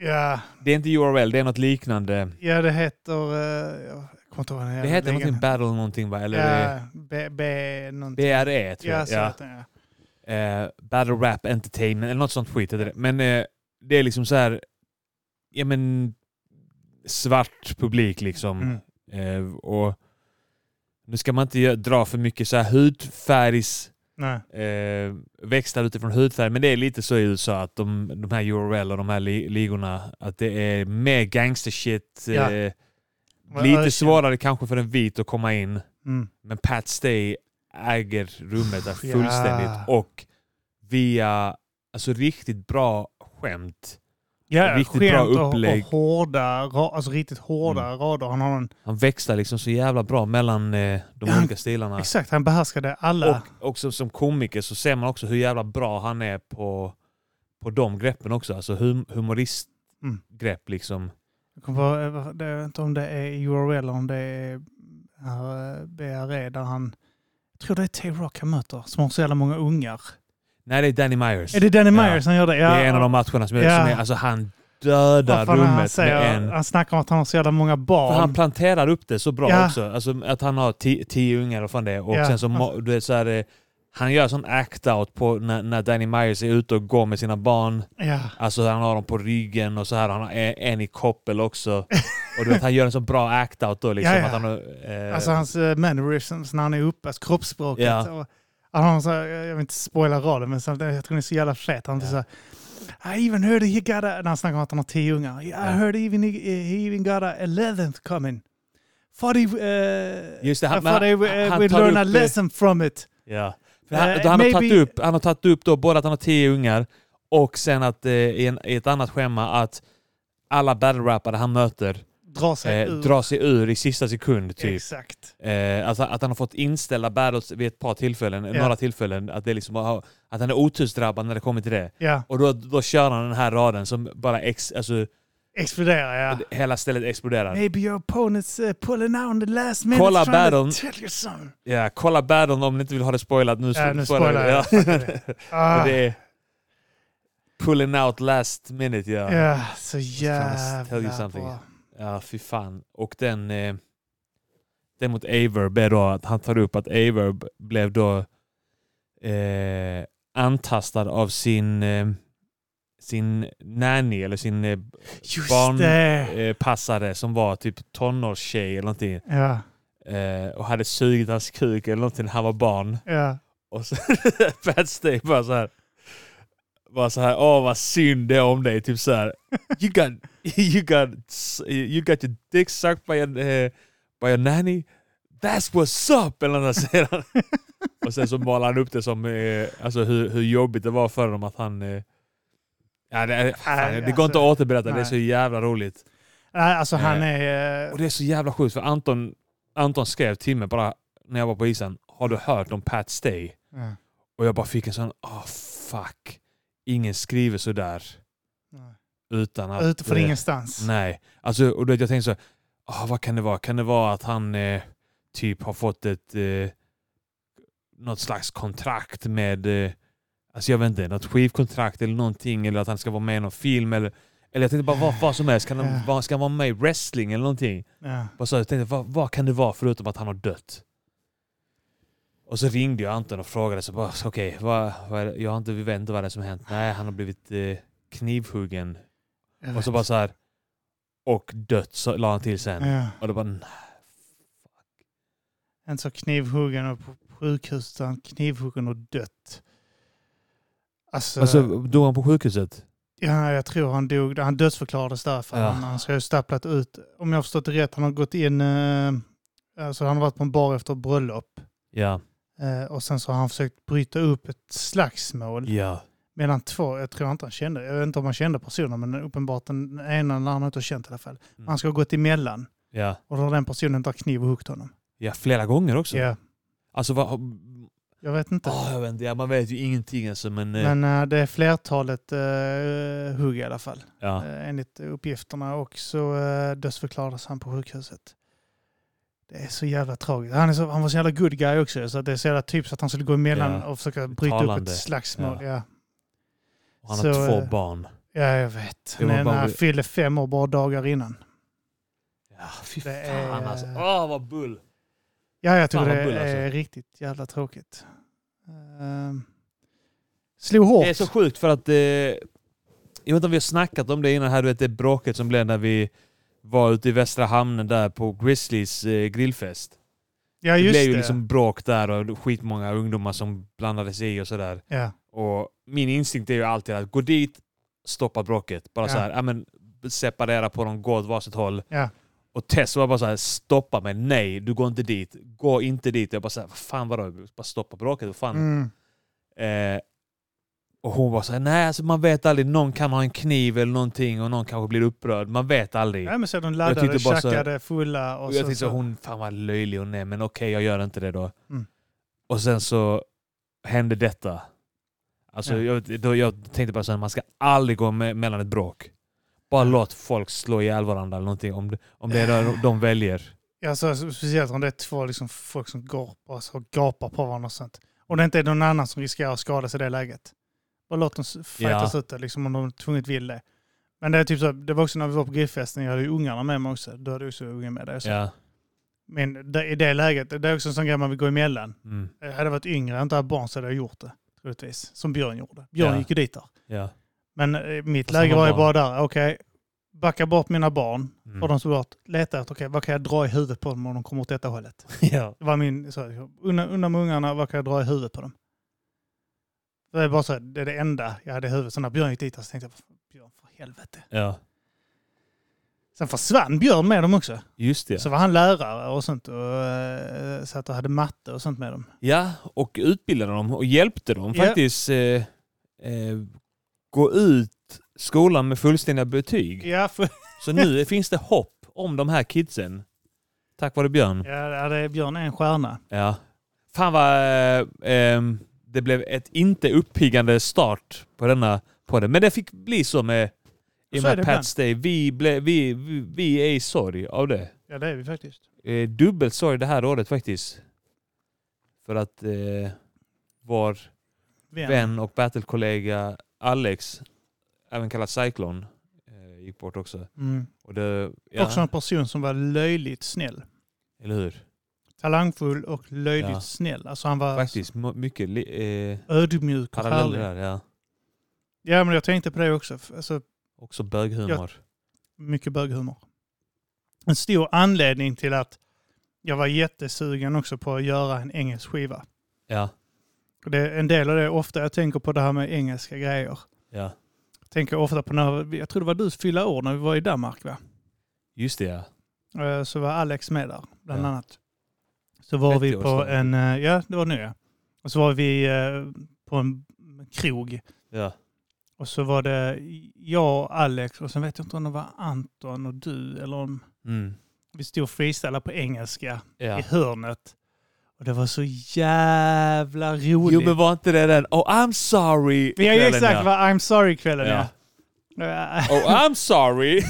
A: Ja.
B: Det är inte URL, det är något liknande.
A: ja, det heter... eh, jag kommer inte ihåg den
B: Det
A: jävla
B: heter
A: ligan.
B: någonting Battle någonting va? Eller
A: Ja, B... B någonting.
B: det är BRE E, tror
A: Ja,
B: jag.
A: så
B: Ja.
A: heter den, ja.
B: eh, Battle Rap Entertainment eller något sånt skit heter det. Men eh, det är liksom så här, ja men svart publik liksom.
A: Mm.
B: Eh, och nu ska man inte gö- dra för mycket så här hudfärgs
A: Nej.
B: eh, växlar utifrån hudfärg. Men det är lite så i USA att de, de här URL och de här li- ligorna, att det är mer gangstershit.
A: Ja.
B: Eh,
A: Ja,
B: lite svårare kanske för en vit att komma in.
A: Mm.
B: Men Pat Stay äger rummet där
A: Ja.
B: fullständigt. Och via alltså, riktigt bra skämt.
A: Ja,
B: Riktigt
A: skämt
B: bra
A: och-
B: upplägg. Mm.
A: Och hårda, ra- alltså riktigt hårda rader. Han har en,
B: Han växlar liksom så jävla bra mellan eh, de
A: Ja, han-
B: olika stilarna.
A: Exakt, han behärskade alla.
B: Och också som komiker så ser man också hur jävla bra han är på, på de greppen också. Alltså hum,
A: Mm.
B: humoristgrepp liksom.
A: Jag kommer på, eh, vad- det- jag vet inte om det är URL eller om det är eh, BRE där han... Jag tror det är Tay-Rock han möter som har så jävla många ungar.
B: Nej, det är Danny Myers.
A: Är det Danny
B: Ja.
A: Myers som gör det?
B: Det
A: Ja.
B: är en av de matcherna som, är,
A: Ja.
B: som är, alltså han dödar
A: Vad fan är det han,
B: rummet med
A: säger,
B: en.
A: han snackar om att han har så jävla många
B: För han
A: barn.
B: planterar upp det så bra
A: Ja.
B: också. Alltså att han har ti- tio ungar och fan det. Och
A: Ja.
B: sen så, må- du vet, så här, eh, han gör sån act-out på när, när Danny Myers är ute och går med sina barn.
A: Ja.
B: Alltså han har dem på ryggen och så här. Han har en, en i koppel också. Och du vet, han gör en sån bra act-out då liksom.
A: Ja, ja.
B: Att han, har, eh,
A: Alltså hans eh, mannerisms när han är uppe, alltså kroppsspråket.
B: Ja.
A: Och, han har en sån här, jag vill inte spoila raden, men så, jag tror den är så jävla fet. Han yeah. så här, I even heard he got a... När han snackar om att han har tio ungar. I heard even he, he even got a eleventh coming. For he, eh,
B: Just det, han-
A: I thought
B: men
A: he,
B: han-
A: eh,
B: han
A: we
B: tar
A: learn a
B: upp det.
A: lesson from it.
B: Ja. För han,
A: Eh,
B: då han, har
A: maybe-
B: tagit upp, han har tagit upp då både att han har tio ungar och sen att eh, i, en, i ett annat schema att alla battle-rappare han möter
A: Dra sig
B: eh,
A: ur.
B: drar sig ur i sista sekund. Typ.
A: Exakt.
B: Eh, alltså att han har fått inställa battles vid ett par tillfällen,
A: Ja.
B: några tillfällen. Att, det är liksom, bara- att han är otursdrabbad när det kommer till det.
A: Ja,
B: Och då, då kör han den här raden som bara ex, alltså,
A: explodera ja.
B: hela stället exploderar.
A: Maybe your opponent's uh, pulling out in the last minute
B: Kolla
A: trying
B: battlen.
A: to tell you something.
B: Ja, kolla battlen om ni inte vill ha det spoilat. Nu,
A: Ja, nu
B: spoilar vi.
A: spoilar
B: Ja.
A: jag. Fuck det. Ah.
B: Och det är pulling out last minute. Ja.
A: Ah, Ja, så
B: Trying to tell you
A: jävla
B: something.
A: bra.
B: Ja, fy fan. Och den... Eh, den mot Averb är då att han tar upp att Averb blev då eh, antastad av sin eh, sin nanny eller sin eh,
A: Just
B: barnpassare
A: det!
B: eh, passare som var typ tonårstjej eller någonting
A: Ja,
B: eh, och hade sugit hans kuk eller någonting när han var barn.
A: ja.
B: Och så Pat Stay bara så här. Bara så här, åh vad synd det är om dig. Typ så här, you got, you got, you got your dick sucked by your, eh, by your nanny. That's what's up! Eller något säger han. Och sen så målar han upp det som eh, alltså hur, hur jobbigt det var för honom att han... Eh, ja, det, är- fan, det går inte att återberätta, det är så jävla roligt.
A: Nej, alltså han
B: Eh,
A: är... eh,
B: Och det är så jävla sjukt för Anton, Anton skrev till mig bara när jag var på isen, har du hört om Pat Stay?
A: ja.
B: Och jag bara fick en sån, ah fuck. Ingen skriver sådär
A: Nej.
B: utan att...
A: Ute från
B: eh,
A: ingenstans.
B: Nej. Alltså, och du vet, jag tänkte så, här, ah vad kan det vara? Kan det vara att han eh, typ har fått ett... Eh, något slags kontrakt med... Eh, alltså jag vet inte, något skivkontrakt eller någonting. Eller att han ska vara med i någon film eller... Eller jag tänkte bara vad, vad som helst. Kan han,
A: Ja.
B: vad- ska han vara med i wrestling eller någonting?
A: Ja.
B: Bara så, här, jag tänkte, vad, vad kan det vara förutom att han har dött? Och så ringde jag Anton och frågade. Så bara, okej, vad, vad är det- jag har inte, vi vet inte vad det är som har hänt. Nej, han har blivit eh, knivhuggen.
A: jag
B: Och så
A: vet.
B: bara så här. Och dött, så la han till sen.
A: Ja.
B: Och då bara, nej.
A: Inte så knivhuggen och på sjukhus, utan knivhuggen och dött. Alltså,
B: Alltså, dog han på sjukhuset?
A: ja, jag tror han dog. Han dödsförklarades där. För
B: Ja.
A: han, han ska ju stapplat ut. Om jag har förstått det rätt, han har gått in... eh, Alltså han har varit på en bar efter ett bröllop.
B: Ja.
A: eh, Och sen så har han försökt bryta upp ett slagsmål.
B: Ja.
A: Medan två, jag tror inte han kände, jag vet inte om han kände personen, men uppenbart den ena eller andra inte har känt i alla fall.
B: Mm.
A: Han ska ha gått emellan
B: Ja.
A: och då har den personen tagit kniv och huggit honom.
B: Ja, flera gånger också.
A: Ja,
B: Alltså, vad...
A: jag vet inte.
B: ah, jag vet inte, ja, man vet ju ingenting alltså, men... eh,
A: men eh, det är flertalet eh, hugg i alla fall,
B: ja.
A: eh, enligt uppgifterna. Och så eh, dödsförklarades han på sjukhuset. Det är så jävla tragiskt. Han, är så, han var så jävla good guy också, så att det är så jävla typiskt att han skulle gå emellan
B: Ja.
A: och försöka bryta upp
B: Talande.
A: ett slagsmål.
B: Ja.
A: Ja.
B: Och han
A: så,
B: har två
A: eh,
B: barn.
A: ja, jag vet.
B: Det
A: Den
B: var bara-
A: ena fyllde fem år bara dagar innan.
B: Ja, fy
A: det
B: fan
A: är-
B: alltså. Åh, vad bull!
A: Ja, jag tycker
B: Fan, vad
A: det
B: bull, alltså.
A: är riktigt jävla tråkigt. Ehm, Slog hårt.
B: Det är så sjukt för att... Eh, jag vet inte om vi har snackat om det innan här, du vet det bråket som blev när vi var ute i Västra Hamnen där på Grizzlies eh, grillfest.
A: ja,
B: det
A: just
B: blev ju
A: det.
B: liksom bråk där och skitmånga ungdomar som blandade sig i och sådär.
A: ja.
B: Och min instinkt är ju alltid att gå dit, stoppa bråket. Bara
A: Ja.
B: så här, ja, men separera på dem, gå åt varsitt håll.
A: Ja.
B: Och Tess var bara så här, stoppa mig, nej du går inte dit, gå inte dit. Jag bara så här, vad fan vadå, bara stoppa bråket, vad fan.
A: Mm.
B: Eh, och hon var så här, nej alltså man vet aldrig, någon kan ha en kniv eller någonting och någon kanske blir upprörd, man vet aldrig.
A: Nej, men så är de
B: Jag
A: laddade,
B: tyckte bara så här-
A: tjackade, fulla och
B: Och jag
A: så,
B: tänkte
A: så.
B: så, hon, fan vad löjlig hon är, men okej jag gör inte det då.
A: Mm.
B: Och sen så hände detta. Alltså
A: Ja.
B: jag, då, jag tänkte bara så här, man ska aldrig gå me mellan ett bråk. Bara låt folk slå ihjäl varandra eller någonting om, det- om det är det de väljer.
A: Ja, så, så- speciellt om det är två liksom, folk som gapar, så gapar på varandra och sånt. Och det inte är någon annan som riskerar att skada sig i det läget. Bara låt dem s- fightas ut där, liksom, om de tvunget vill det. Men det, är typ så, det var också när vi var på grillfesten, jag hade ju ungarna med mig också. Du hade också ungar med dig. Så.
B: Ja.
A: Men det, i det läget, det är också en sån grej man vill gå emellan.
B: Mm.
A: Jag Eh, hade jag varit yngre, inte haft barn så hade jag gjort det. Troligtvis. Som Björn gjorde. Björn
B: Ja.
A: gick ju dit där.
B: Ja.
A: Men eh, mitt
B: Fast
A: läge
B: han
A: var
B: har
A: ju bara där, okej, backa bort mina barn.
B: Mm.
A: Och de såg bort, leta efter, okej, vad kan jag dra i huvudet på dem om de kommer åt detta hållet?
B: ja.
A: Det var min, så här, unna, unna med ungarna, vad kan jag dra i huvudet på dem? Det är bara så här, det är det enda jag hade i huvudet. Så när Björn gick dit så tänkte jag, Björn för helvete.
B: ja.
A: Sen försvann Björn med dem också.
B: Just det.
A: Så var han lärare och sånt och eh, satt och hade matte och sånt med dem.
B: Ja, och utbildade dem och hjälpte dem
A: Ja.
B: faktiskt eh, eh, gå ut skolan med fullständiga betyg.
A: Ja, för,
B: Så nu finns det hopp om de här kidsen. Tack vare Björn.
A: ja det är Björn är en stjärna.
B: Ja. Fan vad... Eh, ehm, det blev ett inte uppiggande start på denna podden. Men det fick bli så med... I och
A: Så är
B: med
A: det
B: Pats Day. Vi, ble, vi, vi, vi är i sorg av det.
A: Ja, det är vi faktiskt.
B: Eh, dubbelt sorg det här året faktiskt. För att eh, vår
A: Vän.
B: vän och battlekollega Alex, även kallad Cyclone, eh, gick bort också.
A: Mm.
B: Och det, ja,
A: Också en Alltså. person som var löjligt snäll.
B: Eller hur?
A: Talangfull och löjligt
B: Ja.
A: snäll. Alltså han var
B: Faktiskt mo- mycket li- eh,
A: ödmjuk och
B: paralleller
A: härlig.
B: där. Ja.
A: Ja, men jag tänkte på det också. Alltså,
B: Också böghumor.
A: mycket böghumor. En stor anledning till att jag var jättesugen också på att göra en engelsk skiva.
B: Ja.
A: Och Det är en del av det ofta jag tänker på det här med engelska grejer.
B: ja.
A: Jag tänker ofta på när, jag tror det var du som fyllde år när vi var i Danmark va?
B: Just det ja.
A: Eh, Så var Alex med där, bland
B: Ja.
A: annat. Så var vi
B: 30-årsdagen.
A: på en, eh, ja det var nu ja. Och så var vi eh, på en krog.
B: ja.
A: Och så var det jag och Alex och sen vet jag inte om det var Anton och du eller om
B: Mm.
A: vi stod och freestylade på engelska i
B: ja.
A: hörnet. Och det var så jävla roligt.
B: Jo men var inte det den Oh I'm sorry
A: ja,
B: kvällen,
A: exakt vad I'm sorry-kvällen
B: Ja.
A: ja. ja.
B: Oh I'm sorry.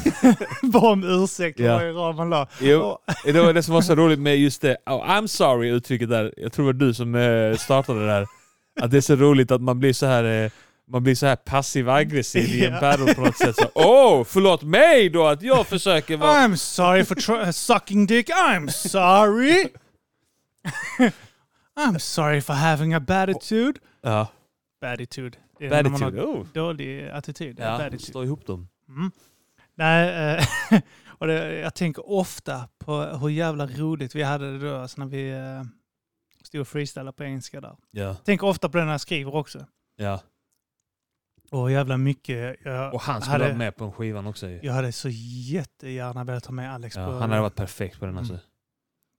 A: Bara om ursäkt
B: Ja.
A: ja. varje rad man la.
B: jo,
A: Och,
B: det var det som var så roligt med just det Oh I'm sorry uttrycket där. Jag tror det var du som eh, startade det där. Att det är så roligt att man blir så här eh, man blir så här passiv aggressiv i en
A: Ja.
B: battle på något sätt. Så, Åh, oh, förlåt mig då att jag försöker vara...
A: I'm sorry for tr- sucking dick. I'm sorry. I'm sorry for having a bad attitude.
B: Ja,
A: Bad attitude. Det är när man
B: attitude. Oh.
A: har Dålig attityd. Ja,
B: Ja,
A: bad attitude.
B: slå ihop dem.
A: Mm. Nej, eh, och det, jag tänker ofta på hur jävla roligt vi hade det då alltså när vi eh, stod och freestylade på engelska där.
B: Ja,
A: Tänker ofta på det när jag skriver också.
B: ja.
A: Och hur jävla mycket jag
B: Och han skulle
A: hade,
B: vara med på en skivan också ju.
A: Jag hade så jättegärna velat ha med Alex
B: Ja,
A: på... Mm.
B: han hade varit perfekt på den alltså.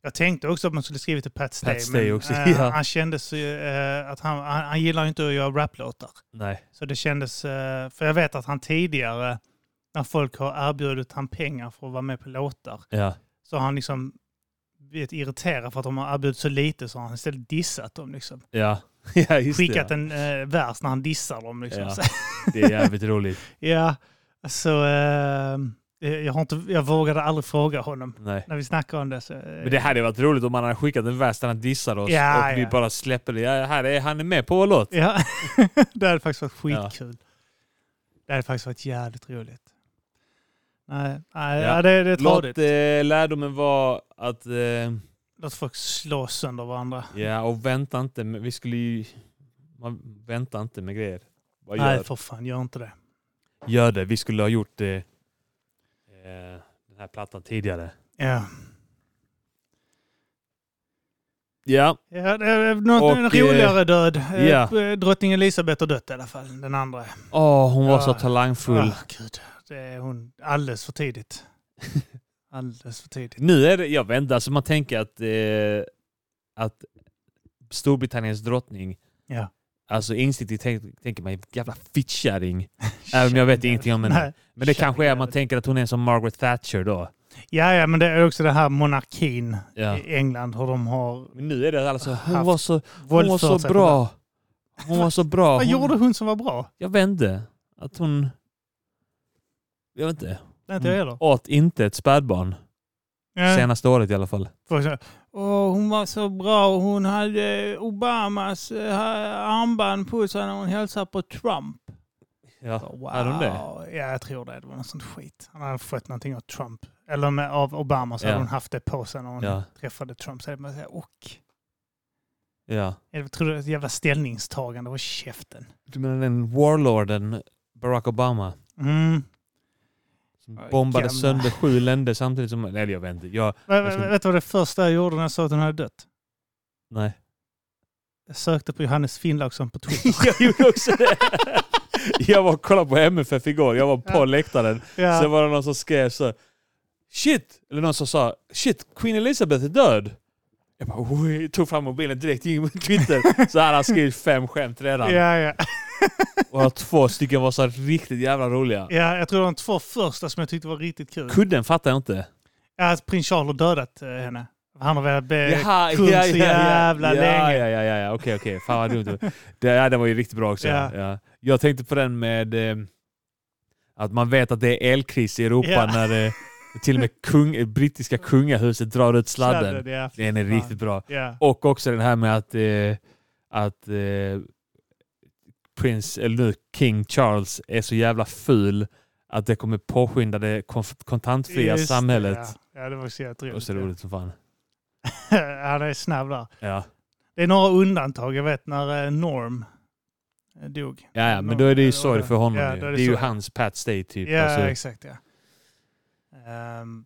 A: Jag tänkte också att man skulle skriva till Pat Stay.
B: Stay
A: men,
B: också,
A: eh,
B: ja.
A: Han kändes ju, eh, att han, han, han gillar ju inte att göra raplåtar.
B: Nej.
A: Så det kändes, eh, för jag vet att han tidigare, när folk har erbjudit han pengar för att vara med på låtar,
B: Ja.
A: så har han liksom blivit irriterad för att de har erbjudit så lite så har han istället dissat dem. Liksom.
B: Ja. ja just
A: Skickat
B: det,
A: en eh, vers när han dissar dem. Liksom.
B: Ja.
A: Så,
B: ja. det är jävligt roligt.
A: ja, så eh, jag, har inte, jag vågade aldrig fråga honom
B: Nej.
A: när vi snackade om det. Så, eh,
B: Men det hade varit roligt om han hade skickat en vers där han dissar oss
A: Ja,
B: och vi
A: ja.
B: bara släpper det. Ja, här är, han är med på vår låt.
A: Ja, det hade faktiskt varit skitkul. Det hade faktiskt varit jävligt roligt. Nej, nej
B: Ja.
A: ja. det, det är
B: Låt
A: tradigt.
B: eh, lärdomen vara att... Eh,
A: Låt folk slå sönder varandra.
B: ja, och vänta inte. Men vi skulle ju... Man väntar inte med grejer. Bara gör.
A: Nej, för fan, gör inte det.
B: gör det. Vi skulle ha gjort eh, eh, den här plattan tidigare.
A: Ja.
B: Ja,
A: Ja, det är något
B: Och,
A: en roligare död. Eh,
B: ja.
A: Drottning Elisabeth har dött i alla fall, den andra.
B: Åh, hon var så
A: Ja.
B: talangfull.
A: Ah, gud. Det är hon alldeles för tidigt. Alldeles för tidigt.
B: Nu är det, jag vet inte, alltså man tänker att, eh, att Storbritanniens drottning,
A: Ja.
B: alltså instinktivt tänk, tänker man jävla fittkärring. Även om jag vet ingenting om henne.
A: Nej.
B: Men det kanske är att man
A: Kärringjävel.
B: tänker att hon är som Margaret Thatcher då.
A: Ja, ja, men det är också det här monarkin
B: Ja.
A: i England, hur de Eh, har
B: Men nu är det alltså, hon
A: Haft
B: var så, hon var
A: våldfört
B: så
A: sig på det.
B: bra. Hon var så bra.
A: Vad
B: Hon,
A: gjorde hon som var bra?
B: jag vände. Att hon... Jag vet inte.
A: Det är inte jag heller.
B: Åt inte ett spädbarn.
A: Ja.
B: Senaste året i alla fall.
A: Folk säger, Åh, hon var så bra. Hon hade Obamas eh, armband på sig när hon hälsade på Trump.
B: Ja.
A: Wow.
B: Hade hon det?
A: Ja, jag tror det. Det var något sånt skit. Han hade fått någonting av Trump. Eller med, av Obama så
B: Ja.
A: hade hon haft det på sig när hon
B: Ja.
A: träffade Trump. Så man säger, och.
B: ja.
A: Jag tror det var ett jävla ställningstagande. och käften.
B: Du menar den warlorden Barack Obama?
A: Mm.
B: Som
A: Ja,
B: bombade
A: gamla.
B: sönder sju länder samtidigt som... Nej, jag vet inte. Jag,
A: Vet
B: ska-
A: vet du vad det första jag gjorde när jag sa att hon hade dött?
B: nej.
A: Jag sökte på Johannes Finnlaugsson på Twitter.
B: jag gjorde också det. jag var och kollade på MFF igår. Jag var på
A: Ja.
B: läktaren.
A: ja.
B: Sen var det någon som skrev så Shit! Eller någon som sa Shit, Queen Elizabeth är död. Jag bara, oj, tog fram mobilen direkt, gick in på Twitter. Så här har han skrivit fem skämt redan.
A: Ja, ja.
B: Och två stycken var så här riktigt jävla roliga.
A: ja, jag tror de två första som jag tyckte var riktigt kul.
B: Kudden fattar jag inte.
A: Ja, att prins Charles har dödat eh, henne. Han har velat bli
B: Jaha,
A: kung Eh, så jävla
B: ja,
A: länge.
B: Ja, ja, ja, ja. Okej, okej. Fan vad dumt. Det, ja, den var ju riktigt bra också. Ja.
A: Ja.
B: Jag tänkte på den med eh, att man vet att det är elkris i Europa
A: Ja.
B: när eh, till och med kung, eh, brittiska kungahuset drar ut sladden.
A: ja.
B: Den är
A: Fan.
B: riktigt bra.
A: Ja.
B: Och också den här med att, eh, att eh, prins, eller nu King Charles är så jävla ful att det kommer påskynda det konf- kontantfria
A: Just det,
B: samhället.
A: Ja. ja, det var så jävla
B: Det var
A: roligt.
B: så roligt som fan.
A: Han är snabb där.
B: Ja.
A: Det är några undantag. Jag vet när eh, Norm eh, dog.
B: Ja, ja, men då är det ju sorg för honom.
A: Ja,
B: ju.
A: då
B: Det
A: är
B: är
A: det
B: ju
A: sorg.
B: hans Pat Stay typ.
A: Ja,
B: alltså.
A: exakt ja. Ehm,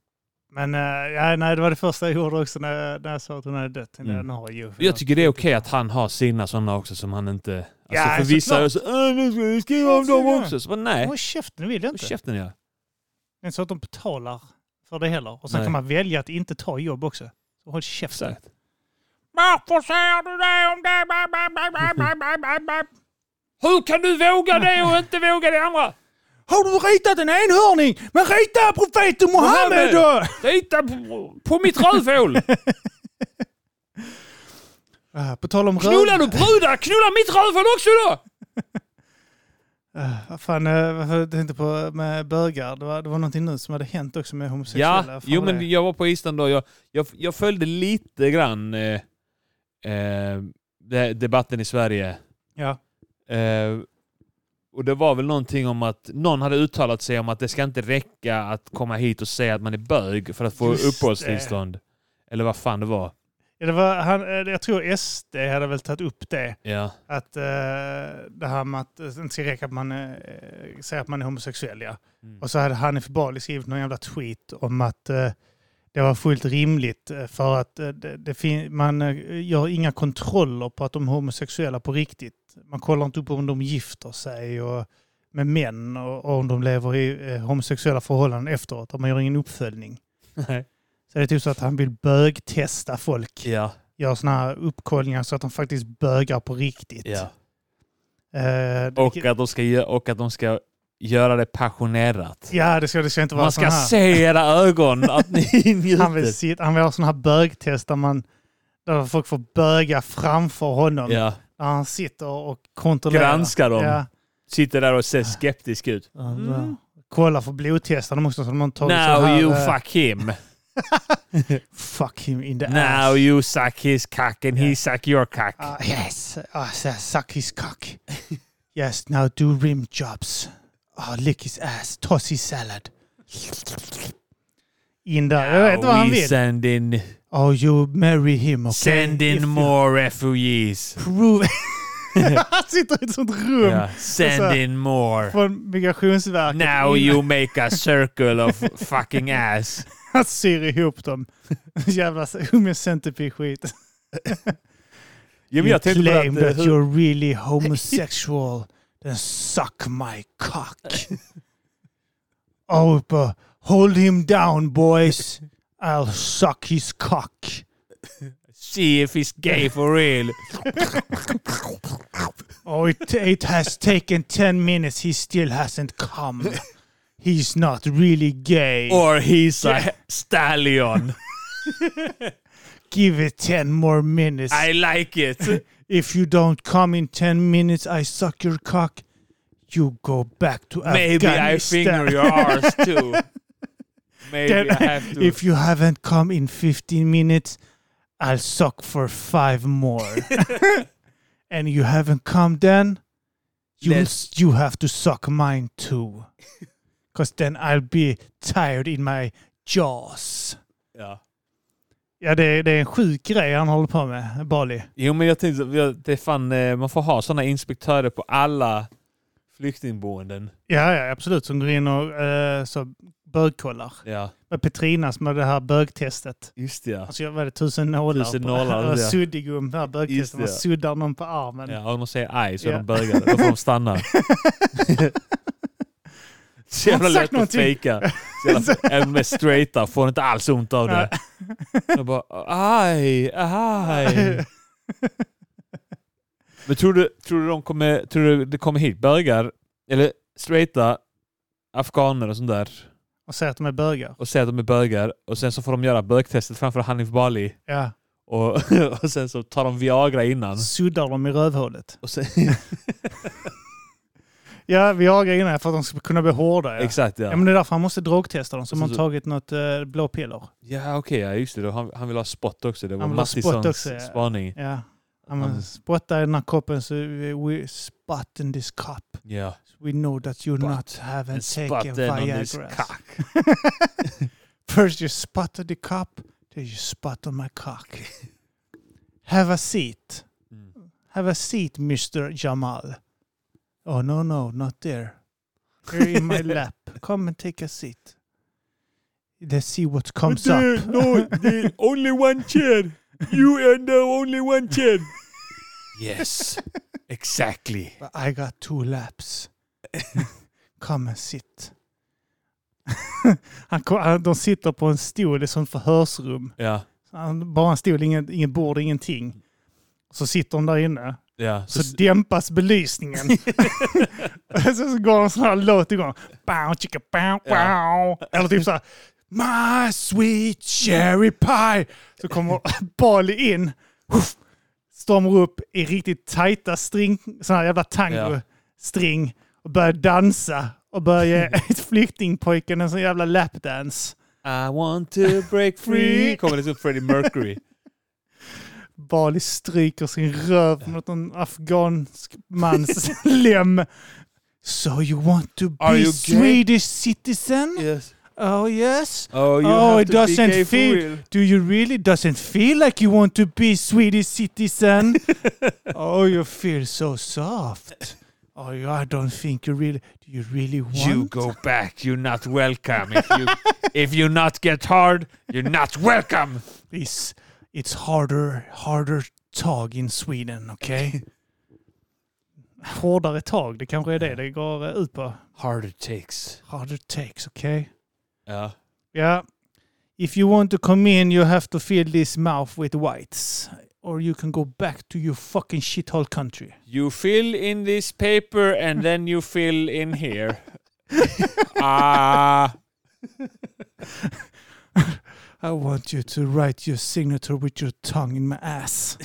A: men eh, ja, nej, det var det första jag gjorde också när, jag- när jag sa att hon hade dött.
B: Mm.
A: Den har ju.
B: Jag tycker det är okej att han har sina sådana också som han inte... Alltså
A: Ja,
B: för vissa är det
A: såklart.
B: så "Äh, nu ska vi skriva om dem
A: Såklart.
B: också. Så bara, nej,
A: Håll käften, det vill jag
B: håll
A: inte.
B: käften ja.
A: Det är inte så att de betalar för det heller. Och sen
B: Nej.
A: kan man välja att inte ta jobb också. Så håll käften.
B: Exakt.
D: Varför säger du det om det? Ba, ba, ba, ba, ba, ba, ba, ba. Hur kan du våga det och inte våga det andra?
A: Har du ritat en enhörning? Men rita profeten Mohammed då!
D: Titta på, på mitt rövhål!
A: Ah, På tal om
D: Knullar
A: röv...
D: du brudar, knulla mitt rövhål också då!
A: Ah, Vad fan, eh, varför jag tänkte på med bögar. Det var, det var någonting nu som hade hänt också med homosexuella. Fan
B: Ja, jo
A: vad det är.
B: men jag var på Island då. Jag, jag, jag följde lite grann eh, eh, de- debatten i Sverige.
A: Ja.
B: Eh, och det var väl någonting om att någon hade uttalat sig om att det ska inte räcka att komma hit och säga att man är bög för att få
A: Just det.
B: uppehållstillstånd. Eller vad fan det var.
A: Ja, det var, han, eh, jag tror SD hade väl tagit upp det.
B: Ja,
A: Att eh, det här med att det inte ska räcka att man eh, säger att man är homosexuell. Ja.
B: Mm.
A: Och så hade Hanif Bali skrivit någon jävla tweet om att eh, det var fullt rimligt eh, för att eh, det, det fin- man eh, gör inga kontroller på att de är homosexuella på riktigt. Man kollar inte upp om de gifter sig och med män och, och om de lever i eh, homosexuella förhållanden efteråt. Och man gör ingen uppföljning.
B: Nej.
A: Så det är typ så att han vill bögtesta folk.
B: ja,
A: Gör sådana här uppkollningar så att de faktiskt bögar på riktigt.
B: ja.
A: Eh, det-
B: Och att de ska, gö- och att de ska göra det passionerat.
A: ja, det ska, det ska inte vara
B: Man
A: sån
B: ska
A: här.
B: se i era ögon att ni
A: Han vill,
B: njuter.
A: sit, han vill ha sådana här bögtest där, man, där folk får böga framför honom.
B: Ja.
A: Där han sitter och kontrollerar.
B: Granska dem.
A: Ja.
B: Sitter där och ser skeptisk ut.
A: Mm. Kolla för blodtestar de också. Så de har tagit så
B: Now
A: här,
B: you
A: eh,
B: fuck him.
A: fuck him in the
B: Now
A: ass.
B: you suck his cock and he suck your cock.
A: Ah, yes, ah, so- suck his cock. yes, now do rim jobs. Ah, lick his ass, toss his salad. In där. Jag vet vad han
B: we
A: vill.
B: send in,
A: Oh, you marry him, okay?
B: send
A: If
B: in
A: you
B: more refugees.
A: Prove... Han sitter i ett sånt rum
B: Ja. Send in more.
A: från Migrationsverket. Innan
B: Now you make a circle of fucking ass.
A: Han syr ihop dem. Jävla unge centipede-skit.
B: Ja, men
A: You
B: jag tänkte på
A: claim
B: att, eh,
A: that
B: hur,
A: you're really homosexual. Then suck my cock. Opa, hold him down boys. I'll suck his cock.
B: see if he's gay for real.
A: Oh, it, it has taken 10 minutes. He still hasn't come. He's not really gay.
B: Or he's a stallion.
A: Give it 10 more minutes.
B: I like it.
A: if you don't come in 10 minutes, I suck your cock. You go back to
B: Maybe I
A: Afghanistan.
B: finger your arse too. Maybe I have to.
A: if you haven't come in 15 minutes, I'll suck for five more. and you haven't come then, you
B: Let's-
A: you have to suck mine too. Because then I'll be tired in my jaws.
B: ja.
A: Ja, det, det är en sjuk grej han håller på med, Bali.
B: Jo men jag tänkte, jag- det är fan, eh, man får ha sådana inspektörer på alla flyktingboenden.
A: Ja, ja, absolut. Som går in och eh, så bögkollar.
B: Ja,
A: Med Petrinas med det här bögtestet.
B: just det, ja.
A: Alltså, vad är det? Tusen nålar?
B: Tusen
A: på-
B: nålar,
A: och
B: ja.
A: Suddigum, det här bögtestet. Man
B: det.
A: suddar någon på armen.
B: Ja, om de säger aj så är
A: Ja.
B: de bögade. Då får de stanna. Så jävla
A: Har inte sagt
B: lätt att
A: någonting.
B: fejka. Så jävla- Även med straighta får inte alls ont av det. De bara aj, aj. Men tror du, tror du, de kommer, tror du det kommer hit bögar, eller straighta, afghaner och sånt där
A: och säger att de är bögar.
B: och säger att de är bögar och sen så får de göra bögtestet framför Hanif Bali
A: Ja.
B: och, och sen så tar de Viagra innan.
A: Suddar dem i rövhålet.
B: Och sen,
A: Ja, vi jagar innan för att de ska kunna bli hårda. Ja.
B: Exakt
A: Ja.
B: ja.
A: men det är därför han måste drogtesta dem, som
B: Så-
A: har
B: så-
A: tagit något eh, blåpiller.
B: Ja okej, ja, just det. Då Han, han vill ha spott också. Det var
A: Han vill ha spott
B: Mattissons
A: också, ja.
B: spaning.
A: Ja. Ja,
B: Han-
A: men spotta i den här koppen så we, we spot in this cup.
B: Ja.
A: We know that you
B: Spot.
A: not haven't taken
B: Spotten on this
A: Viagra. alltså?
B: cock.
A: First you spot the cup, then you spot on my cock. Have a seat.
B: Mm.
A: Have a seat Mr Jamal. Oh no no, not there. Here in my lap. Come and take a seat. Let's see what comes up.
B: the only one chair. You and the only one chair. Yes, exactly.
A: But I got two laps. Come and sit. han, kom- han, de sitter på en stol i ett sånt förhörsrum.
B: Ja,
A: Han, bara en stol, inget, inget bord, ingenting. Så sitter de där inne.
B: ja.
A: Så
B: Så,
A: dämpas belysningen. så, så går en sån här låt igång. Bow, chicka, bow, wow. Eller typ så här. My sweet cherry pie. Så kommer Bali in. Huff, Stormar upp i riktigt tajta string, sån här jävla tango-string. Och börjar dansa. Och börjar ge flyktingpojken en sån jävla lapdance.
B: I want to break free. Kommer det som Freddie Mercury.
A: Bali stryker sin röv mot en afghansk mans lem. So you want to
B: Are
A: be
B: you gay?
A: Swedish citizen?
B: Yes.
A: Oh yes.
B: Oh, you
A: Oh,
B: have
A: it
B: to be
A: doesn't
B: gay for
A: feel-
B: real.
A: Do you really doesn't feel like you want to be Swedish citizen? oh, you feel so soft. Oh, you- I don't think you really. Do you really want?
B: You go back. You're not welcome. If you if you not get hard, you're not welcome.
A: It's it's harder harder tag in Sweden, okay? Hårdare tag, det kanske är det det går eh, ut på.
B: Harder takes.
A: Harder takes, okay?
B: Ja.
A: Yeah. If you want to come in, you have to fill this mouth with whites. Or you can go back to your fucking shithole country.
B: You fill in this paper and then you fill in here. Ah,
A: I want you to write your signature with your tongue in my ass.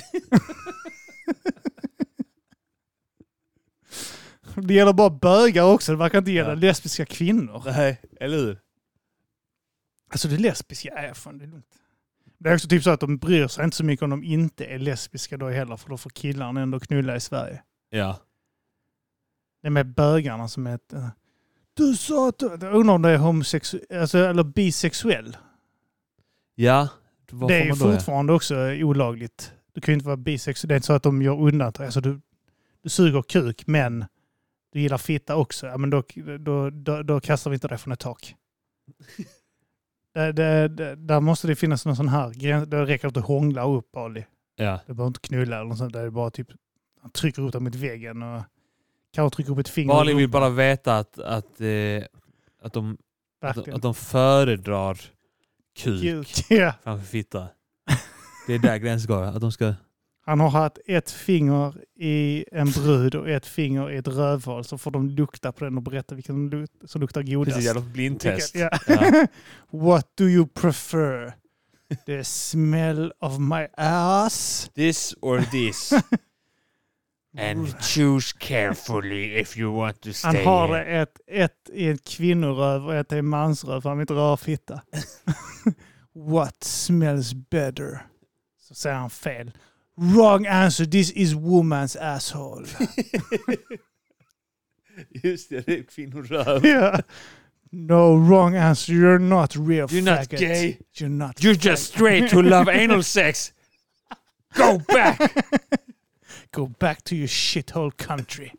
A: Det gäller bara bögar också, det verkar inte gälla
B: Ja.
A: lesbiska kvinnor.
B: nej, eller hur?
A: Alltså det lesbiska, är fan det är lugnt. Det är också typ så att de bryr sig inte så mycket om de inte är lesbiska då heller, för då får killarna ändå knulla i Sverige.
B: Ja.
A: Det är med bögarna som är ett... eh, Du sa att du... Jag undrar om det är homosexuell, alltså, eller bisexuell.
B: Ja, vad
A: det är ju
B: får man då, ja?
A: fortfarande också olagligt. Du kan ju inte vara bisexuell. Det är inte så att de gör undantag. Alltså, du, du du suger kuk men du gillar fitta också, ja, men då, då, då, då kastar vi inte det från ett tak. det, det, det, där måste det finnas någon sån här gräns. Det räcker inte att hångla upp Ali.
B: Ja.
A: Du behöver inte knulla eller något sånt. Det är bara typ, han trycker upp den mot väggen och kanske trycker upp ett finger.
B: Malin vill bara veta att, att, eh, att, de, att, de-
A: Verkligen.
B: att de föredrar kuk
A: Kuk, Ja.
B: framför fitta. Det är där gränsen går. Att de ska...
A: Han har haft ett finger i en brud och ett finger i ett rövhål. Så får de lukta på den och berätta vilken luk- som luktar godast.
B: Precis, jävla blindtest.
A: Vilka-
B: Ja.
A: What do you prefer? The smell of my ass?
B: This or this.
A: And
D: choose carefully if you want to
A: Han har ett, ett i en kvinnoröv och ett i en mansröv för han vill inte röra fitta. What smells better? Så säger han fel. Wrong answer, this is woman's asshole.
B: Just det, det är kvinnoröv.
A: yeah. No, wrong answer, you're not real
B: You're not
A: faggot.
B: gay.
A: You're not
B: You're just straight to love anal sex. Go back!
A: Go back to your shithole country.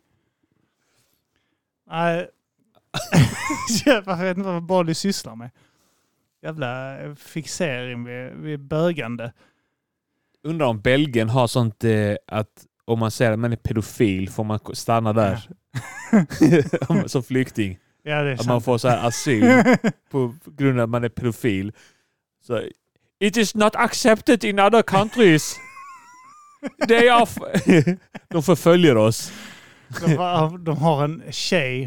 A: Nej. jag vet inte vad Bali sysslar med. Jävla fixering vid, vid bögande.
B: Undrar om Belgien har sånt eh, att om man säger att man är pedofil får man ko- stanna där Om man- som flykting.
A: Ja, det är
B: Att man
A: sant.
B: får så här asyl på grund av att man är pedofil. Så, It is not accepted in other countries. They are f- De förföljer oss.
A: De, har- de har en tjej.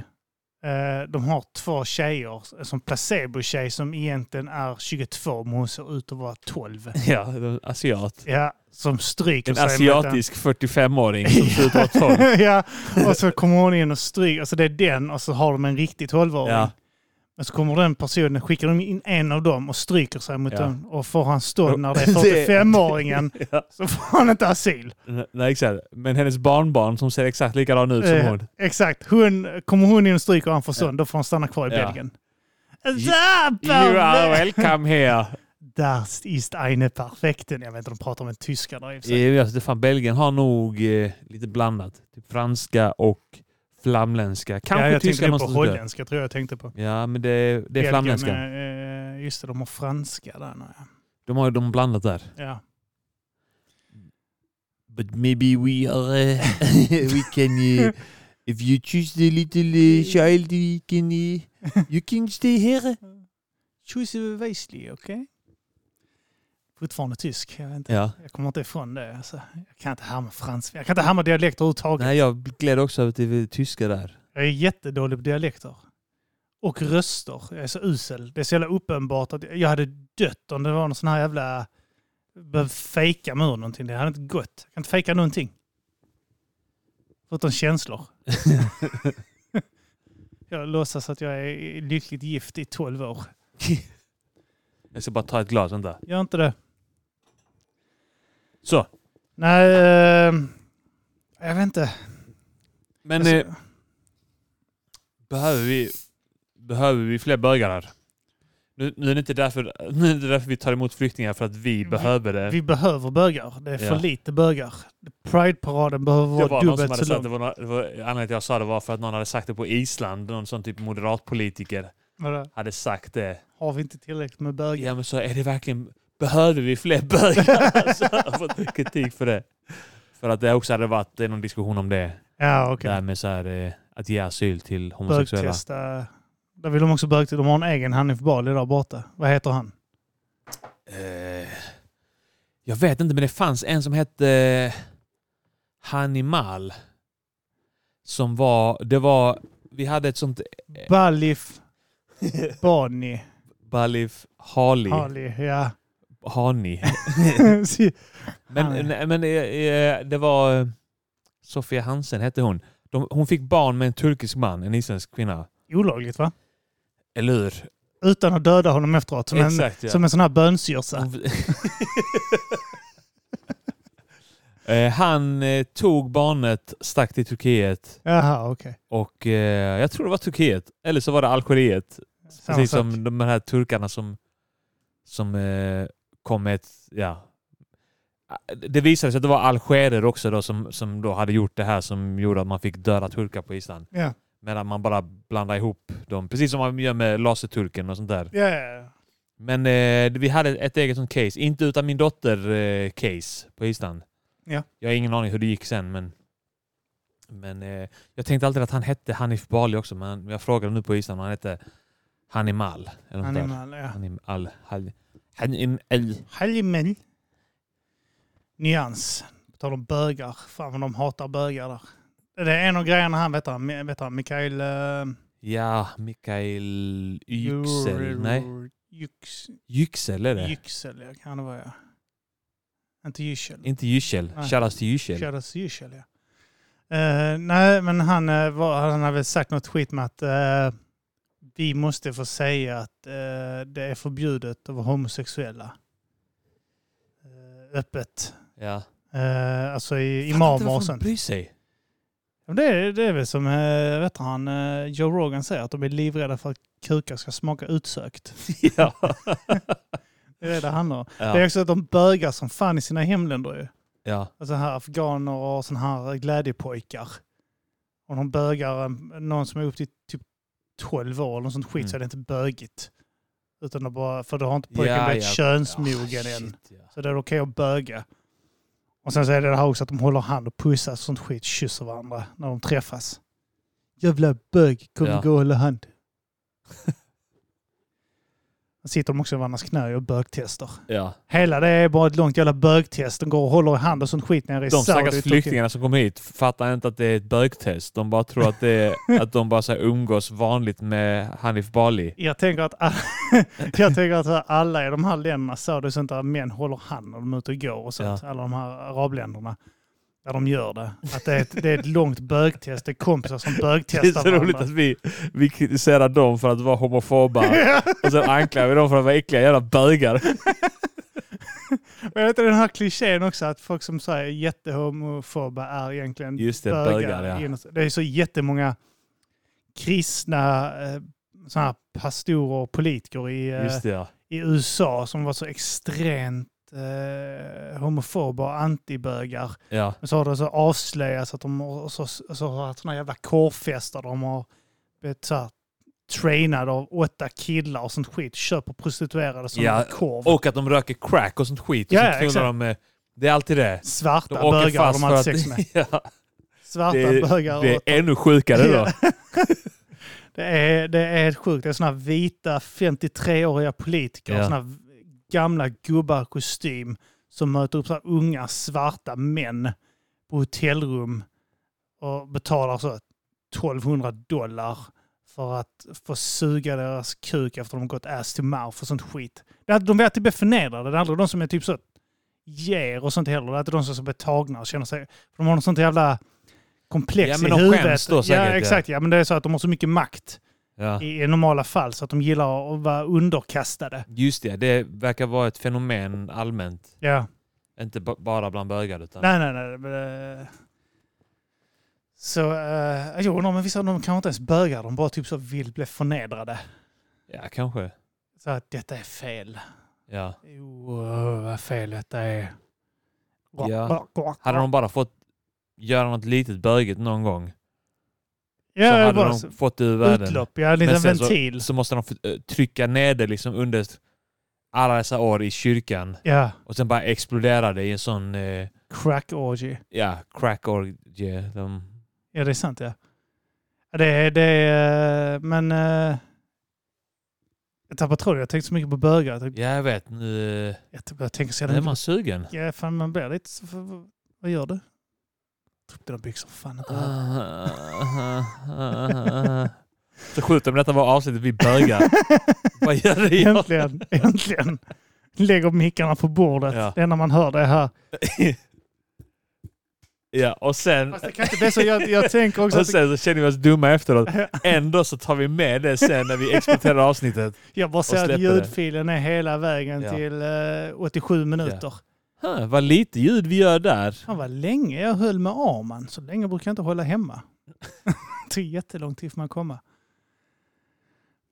A: eh, De har två tjejer. Som placebo-tjej som egentligen är 22 men hon ser ut att vara 12.
B: Ja, de- asiat.
A: Ja, som stryker
B: En
A: sig mot en-
B: asiatisk 45-åring som ser ut att vara 12.
A: ja, och så kommer hon in och stryker. Alltså det är den och så har de en riktig tolvåring.
B: Ja.
A: Men så kommer den personen, skickar de in en av dem och stryker sig mot
B: Ja.
A: den. Och får han stå när det är
B: Det-
A: 45-åringen så får han inte asyl.
B: Nej, exakt. Men hennes barnbarn som ser exakt likadan ut som
A: Eh,
B: hon.
A: Exakt. Hon, kommer hon in och stryker och han får son, då får han stanna kvar i
B: Ja.
A: Belgien.
B: You- You are
A: Där
B: welcome here.
A: ist eine perfekten. Jag vet inte, de pratar om en tyska där i och för
B: Eh,
A: sig.
B: ja, det är fan, Belgien har nog eh, lite blandat. Typ franska och flamländska. Kanske
A: Ja, jag
B: tyska
A: tänkte på
B: någonstans där.
A: holländska, tror jag jag tänkte på.
B: Ja, men det, det är
A: Belgien,
B: flamländska.
A: eh, just det, de har franska där. nu, ja.
B: De har de har blandat där.
A: Ja.
B: But maybe we are... Uh, we can... Uh, if you choose the little uh, child, we can... Uh, you can stay here.
A: Choose wisely, okej? Fortfarande tysk. Jag, vet inte.
B: Ja.
A: jag kommer inte ifrån det. Alltså, jag kan inte härma franska. Jag kan inte härma dialekter överhuvudtaget.
B: Nej, jag gläder också över till tyska där.
A: Jag är jättedålig på dialekter. Och röster. Jag är så usel. Det är så jävla uppenbart att jag hade dött om det var någon sån här jävla... Behövt fejka mig ur någonting. Det hade inte gått. Jag kan inte fejka någonting. Förutom känslor. jag låtsas att jag är lyckligt gift i 12 år.
B: Jag ska bara ta ett glas, vänta.
A: Gör inte det.
B: Så.
A: Nej, eh, jag vet inte.
B: Men
A: Alltså-
B: eh, behöver, vi, behöver vi fler bögar här? Nu, nu, är det inte därför, nu är det inte därför vi tar emot flyktingar, för att vi behöver det.
A: Vi behöver bögar. Det är för
B: Ja.
A: lite bögar. Pride-paraden behöver
B: det
A: vara
B: var någon som
A: dubbelt
B: hade
A: så
B: sagt, det
A: lång.
B: var, nå- det var, anledningen till att jag sa det var för att någon hade sagt det på Island. Någon sån typ moderatpolitiker
A: Vadå?
B: hade sagt det.
A: Har vi inte tillräckligt med bögar?
B: Ja men så är det verkligen, behöver vi fler bögar? så jag har fått kritik för det. För att det också hade varit det är någon diskussion om det.
A: Ja, okej.
B: Där med så här, eh, att ge asyl till homosexuella.
A: Bögtesta. Där vill de också bögtesta. De har en egen Hanif Bali där borta. Vad heter han?
B: Eh, jag vet inte, men det fanns en som hette eh, Hanimal. Som var, det var, vi hade ett sånt
A: Balif Bani.
B: Balif Hali.
A: Ali, ja.
B: Hani.
A: Hani.
B: Men, nej, men eh, eh, det var eh, Sofia Hansen hette hon. De, hon fick barn med en turkisk man, en isländsk kvinna.
A: Olagligt va?
B: Eller hur?
A: Utan att döda honom efteråt. Som, en,
B: Exakt ja. Mm.
A: som en sån här bönsyrsa.
B: Hon- Eh, Han eh, tog barnet, stack till Turkiet.
A: Jaha, okej.
B: Och eh, jag tror det var Turkiet. Eller så var det Algeriet.
A: Samma
B: Precis
A: sak.
B: som de här turkarna som, som eh, kom med ett... Ja. det visade sig att det var algerer också då som, som då hade gjort det här som gjorde att man fick döda turkar på Island.
A: Ja,
B: Medan man bara blandade ihop dem. Precis som man gör med laserturken och sånt där.
A: ja, ja.
B: Men eh, vi hade ett eget sånt case. Inte utan min dotter-case på Island.
A: Ja.
B: Jag har ingen aning hur det gick sen, men... Men eh, jag tänkte alltid att han hette Hanif Bali också, men jag frågade nu på Island om han hette Hanimal. Eller något där.
A: Animal, ja.
B: Hanimal. Hal- Hanimal.
A: Halimel. Nyans. På tal om bögar. Fan vad de hatar bögar där. Det är en av grejerna han, vet han, vet han Mikael... eh,
B: Ja, Mikael Yüksel.
A: Jur-
B: Nej,
A: Yx,
B: Yüksel är det.
A: Yüksel, ja, kan det vara ja. Inte Yüksel.
B: Inte Yüksel.
A: Nej.
B: Shoutouts till Yüksel.
A: Kärras Yüksel, ja. Eh, nej, men han, eh, var, han hade väl sagt något skit med att eh, vi måste få säga att eh, det är förbjudet att vara homosexuella. Eh, öppet.
B: Ja.
A: Eh, alltså i
B: Fattar inte
A: imamer
B: varför
A: och
B: de
A: sånt.
B: bryr sig.
A: Ja, men Det är, det är väl som eh, vet han, eh, Joe Rogan säger, att de är livrädda för att kukar ska smaka utsökt.
B: ja.
A: Det är det det handlar om. Det är
B: ja.
A: också att de bögar som fan i sina hemländer ju.
B: ja.
A: Alltså här afghaner och sådana här glädjepojkar. Om de bögar en- någon som är upp till typ 12 år eller något sånt skit
B: Mm.
A: så är det inte bögigt. Utan det bara, för då har inte pojken
B: Ja,
A: blivit
B: ja.
A: könsmogen
B: Ah,
A: än.
B: shit, ja.
A: Så det är okej att böga. Och sen så är det det här också att de håller hand och pussas och sånt skit, kysser varandra när de träffas. Jävla bög, kom
B: Ja.
A: och gå och hålla hand. Då sitter de också i varandras knä och gör bögtester.
B: Ja.
A: Hela det är bara ett långt jävla bögtest. De går och håller i hand och sånt skit nere i
B: De
A: Saudi,
B: stackars
A: Turkiet.
B: flyktingarna som kom hit fattar inte att det är ett bögtest. De bara tror att, det är, att de bara så här umgås vanligt med Hanif Bali.
A: Jag tänker att, alla, jag tänker att alla i de här länderna, Saudi och sånt där män håller hand när de är ute och går och sånt. Alla de här arabländerna. Där de gör det. Att det är ett, det är ett långt bögtest. Det är kompisar som
B: Det är så
A: bögtestar
B: roligt att vi, vi kritiserar dem för att vara homofoba och sen anklagar vi dem för att vara äckliga jävla bögar.
A: Men jag vet den här klichén också att folk som säger jättehomofoba är egentligen
B: Just det,
A: bögar.
B: bögar, ja.
A: Inom- Det är så jättemånga kristna eh, såna här pastorer och politiker i, eh,
B: Just det ja.
A: i USA som var så extremt eh, homofoba och antibögar.
B: ja.
A: Men så har det så avslöjats att de har, så, så har haft såna jävla korfester. De har blivit så här, trainade av åtta killar och sånt skit. Köper prostituerade som
B: Ja,
A: en korv.
B: Och att de röker crack och sånt skit. Och
A: Ja,
B: så
A: ja,
B: knullar
A: exakt.
B: de, eh, det är alltid det.
A: Svarta
B: De åker
A: bögar har de
B: fast för
A: hade
B: att...
A: sex med.
B: ja,
A: Svarta
B: det, är-
A: bögar.
B: det
A: och-
B: är ännu sjukare då.
A: Ja. det, är, det är helt sjukt. Det är såna här vita 53-åriga politiker.
B: Ja.
A: Såna här gamla gubbar i kostym som möter upp så här unga svarta män på hotellrum och betalar så 1200 dollar för att få suga deras kuk efter de gått ass to mouth och sånt skit. Det är, de blir alltid befunerade. Det är aldrig de som är typ så ger och sånt heller. Det är alltid de som blir tagna och känner sig... För de har något sånt jävla komplex
B: Ja, men
A: i
B: de
A: huvudet.
B: skäms då säkert,
A: ja,
B: ja.
A: exakt. Ja, men det är så att de har så mycket makt
B: Ja.
A: i, i normala fall så att de gillar att vara underkastade.
B: Just det, det verkar vara ett fenomen allmänt.
A: Ja.
B: Inte ba- bara bland bögar utan...
A: Nej, nej, nej. men, eh, Så, uh, jo, no, men vissa av dem kanske inte ens bögar. De bara typ så vill bli förnedrade.
B: Ja, kanske.
A: Så att detta är fel.
B: Ja.
A: Jo, eh, vad fel detta är.
B: Ja. Hade de bara fått göra något litet bögigt någon gång
A: ja,
B: så
A: det är
B: hade
A: bara
B: de
A: så-
B: fått det ur världen.
A: Utlopp, ja. En liten
B: Men sen så-
A: ventil.
B: Så måste de få, eh, trycka ner det liksom under alla dessa år i kyrkan
A: Ja,
B: och sen bara explodera det i en sån eh,
A: crack orgy.
B: ja, crack orgy. De,
A: Ja, det är sant ja. Ja, Det är, det är, eh, men... eh, Jag tappade tråden. Jag tänkte så mycket på bögar. Jag, tänkte,
B: ja, jag vet. Nu eh,
A: jag, tappade- jag tänker så
B: nu
A: jävla
B: är
A: mycket
B: man sugen.
A: Ja, fan man blir lite så... Vad, vad gör du? Dra upp dina byxor. Fan
B: Ah,
A: inte här.
B: så sjukt om detta var avsnittet vi bögar. Vad gör det? jag?
A: Äntligen, äntligen. Lägger mickarna på bordet.
B: Ja.
A: Det enda man hör det är här.
B: Ja, och sen,
A: Fast det kan inte bli så. Jag, jag tänker också
B: och
A: att
B: sen så känner vi oss dumma efteråt. Ändå så tar vi med det sen när vi exporterar avsnittet.
A: jag bara ser att
B: släpper
A: ljudfilen är hela vägen
B: Ja.
A: till eh, 87 minuter.
B: Huh, vad lite ljud vi gör där.
A: Fan vad länge jag höll med Arman. Så länge brukar jag inte hålla hemma. det tog jättelång tid för mig att komma.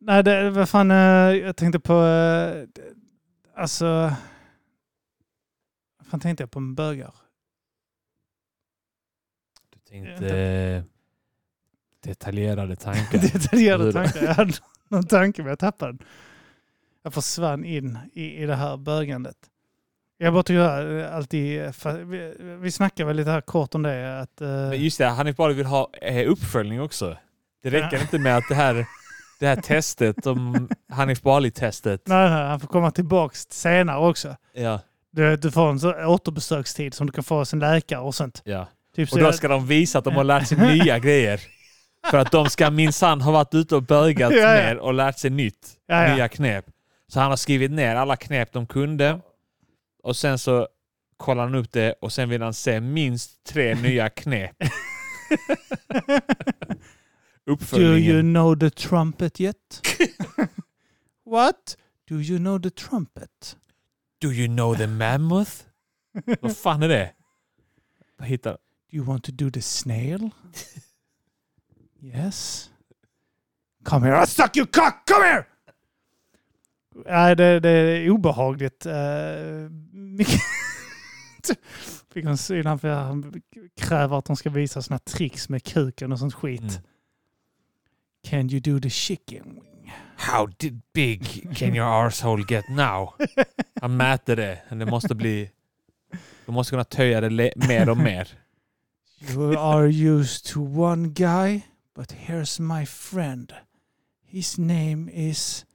A: Nej, det, vad fan, eh, jag tänkte på... eh, det- Alltså... Fan tänkte jag på med bögar?
B: Du tänkte eh, detaljerade tankar.
A: Detaljerade
B: Hur-
A: tankar. Jag hade någon tanke men jag tappade den. Jag försvann in i, i det här bögandet. Jag bara tog det här, eh, alltid, fa- vi, vi snackade väl lite här kort om det att... eh,
B: Men just det, Hanif Bali vill ha eh, uppföljning också. Det räcker inte med att det här, det här testet, om Hanif Bali-testet.
A: nej, nej, han får komma tillbaks senare också.
B: Ja,
A: Du, du får en så, återbesökstid som du kan få hos en läkare och sånt.
B: ja.
A: Typ så
B: Och då
A: jag-
B: ska de visa att de har lärt sig nya grejer. För att de ska minsann ha varit ute och bögat
A: Ja, ja.
B: mer och lärt sig nytt.
A: Ja, ja.
B: Nya knep. Så han har skrivit ner alla knep de kunde. Och sen så kollar han upp det och sen vill han se minst tre nya knep.
A: Do you
B: Uppföljningen.
A: know the trumpet yet? What? Do you know the trumpet?
B: Do you know the mammoth? Vad fan är det? Vad hittar
A: Do you want to do the snail? yes. Come here, I'll suck your cock! Come here! Nej, det, det är obehagligt. Uh, Fick hon syn, han, han kräver att de ska visa såna tricks med kuken och sånt skit.
B: Mm.
A: Can you do the chicken wing?
B: How did big can your arsehole get now? Han mäter det. Det måste bli... Du måste kunna töja det le- mer och mer.
A: You are used to one guy, but here's my friend. His name is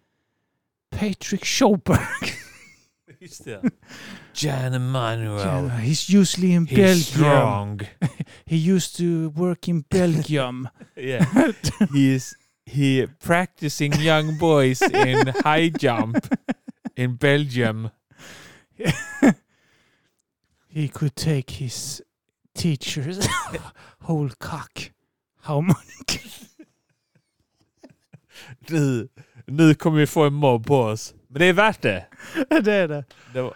A: Patrick Schoberg.
B: Just det. Jan Emanuel.
A: He's usually in
B: He's
A: Belgium.
B: strong.
A: He used to work in Belgium.
B: Yeah. He's he practicing young boys in high jump in Belgium.
A: he could take his teacher's whole cock. How much?
B: Nu, nu kommer vi få en mobb på oss. Men det är värt det.
A: det är det.
B: det var,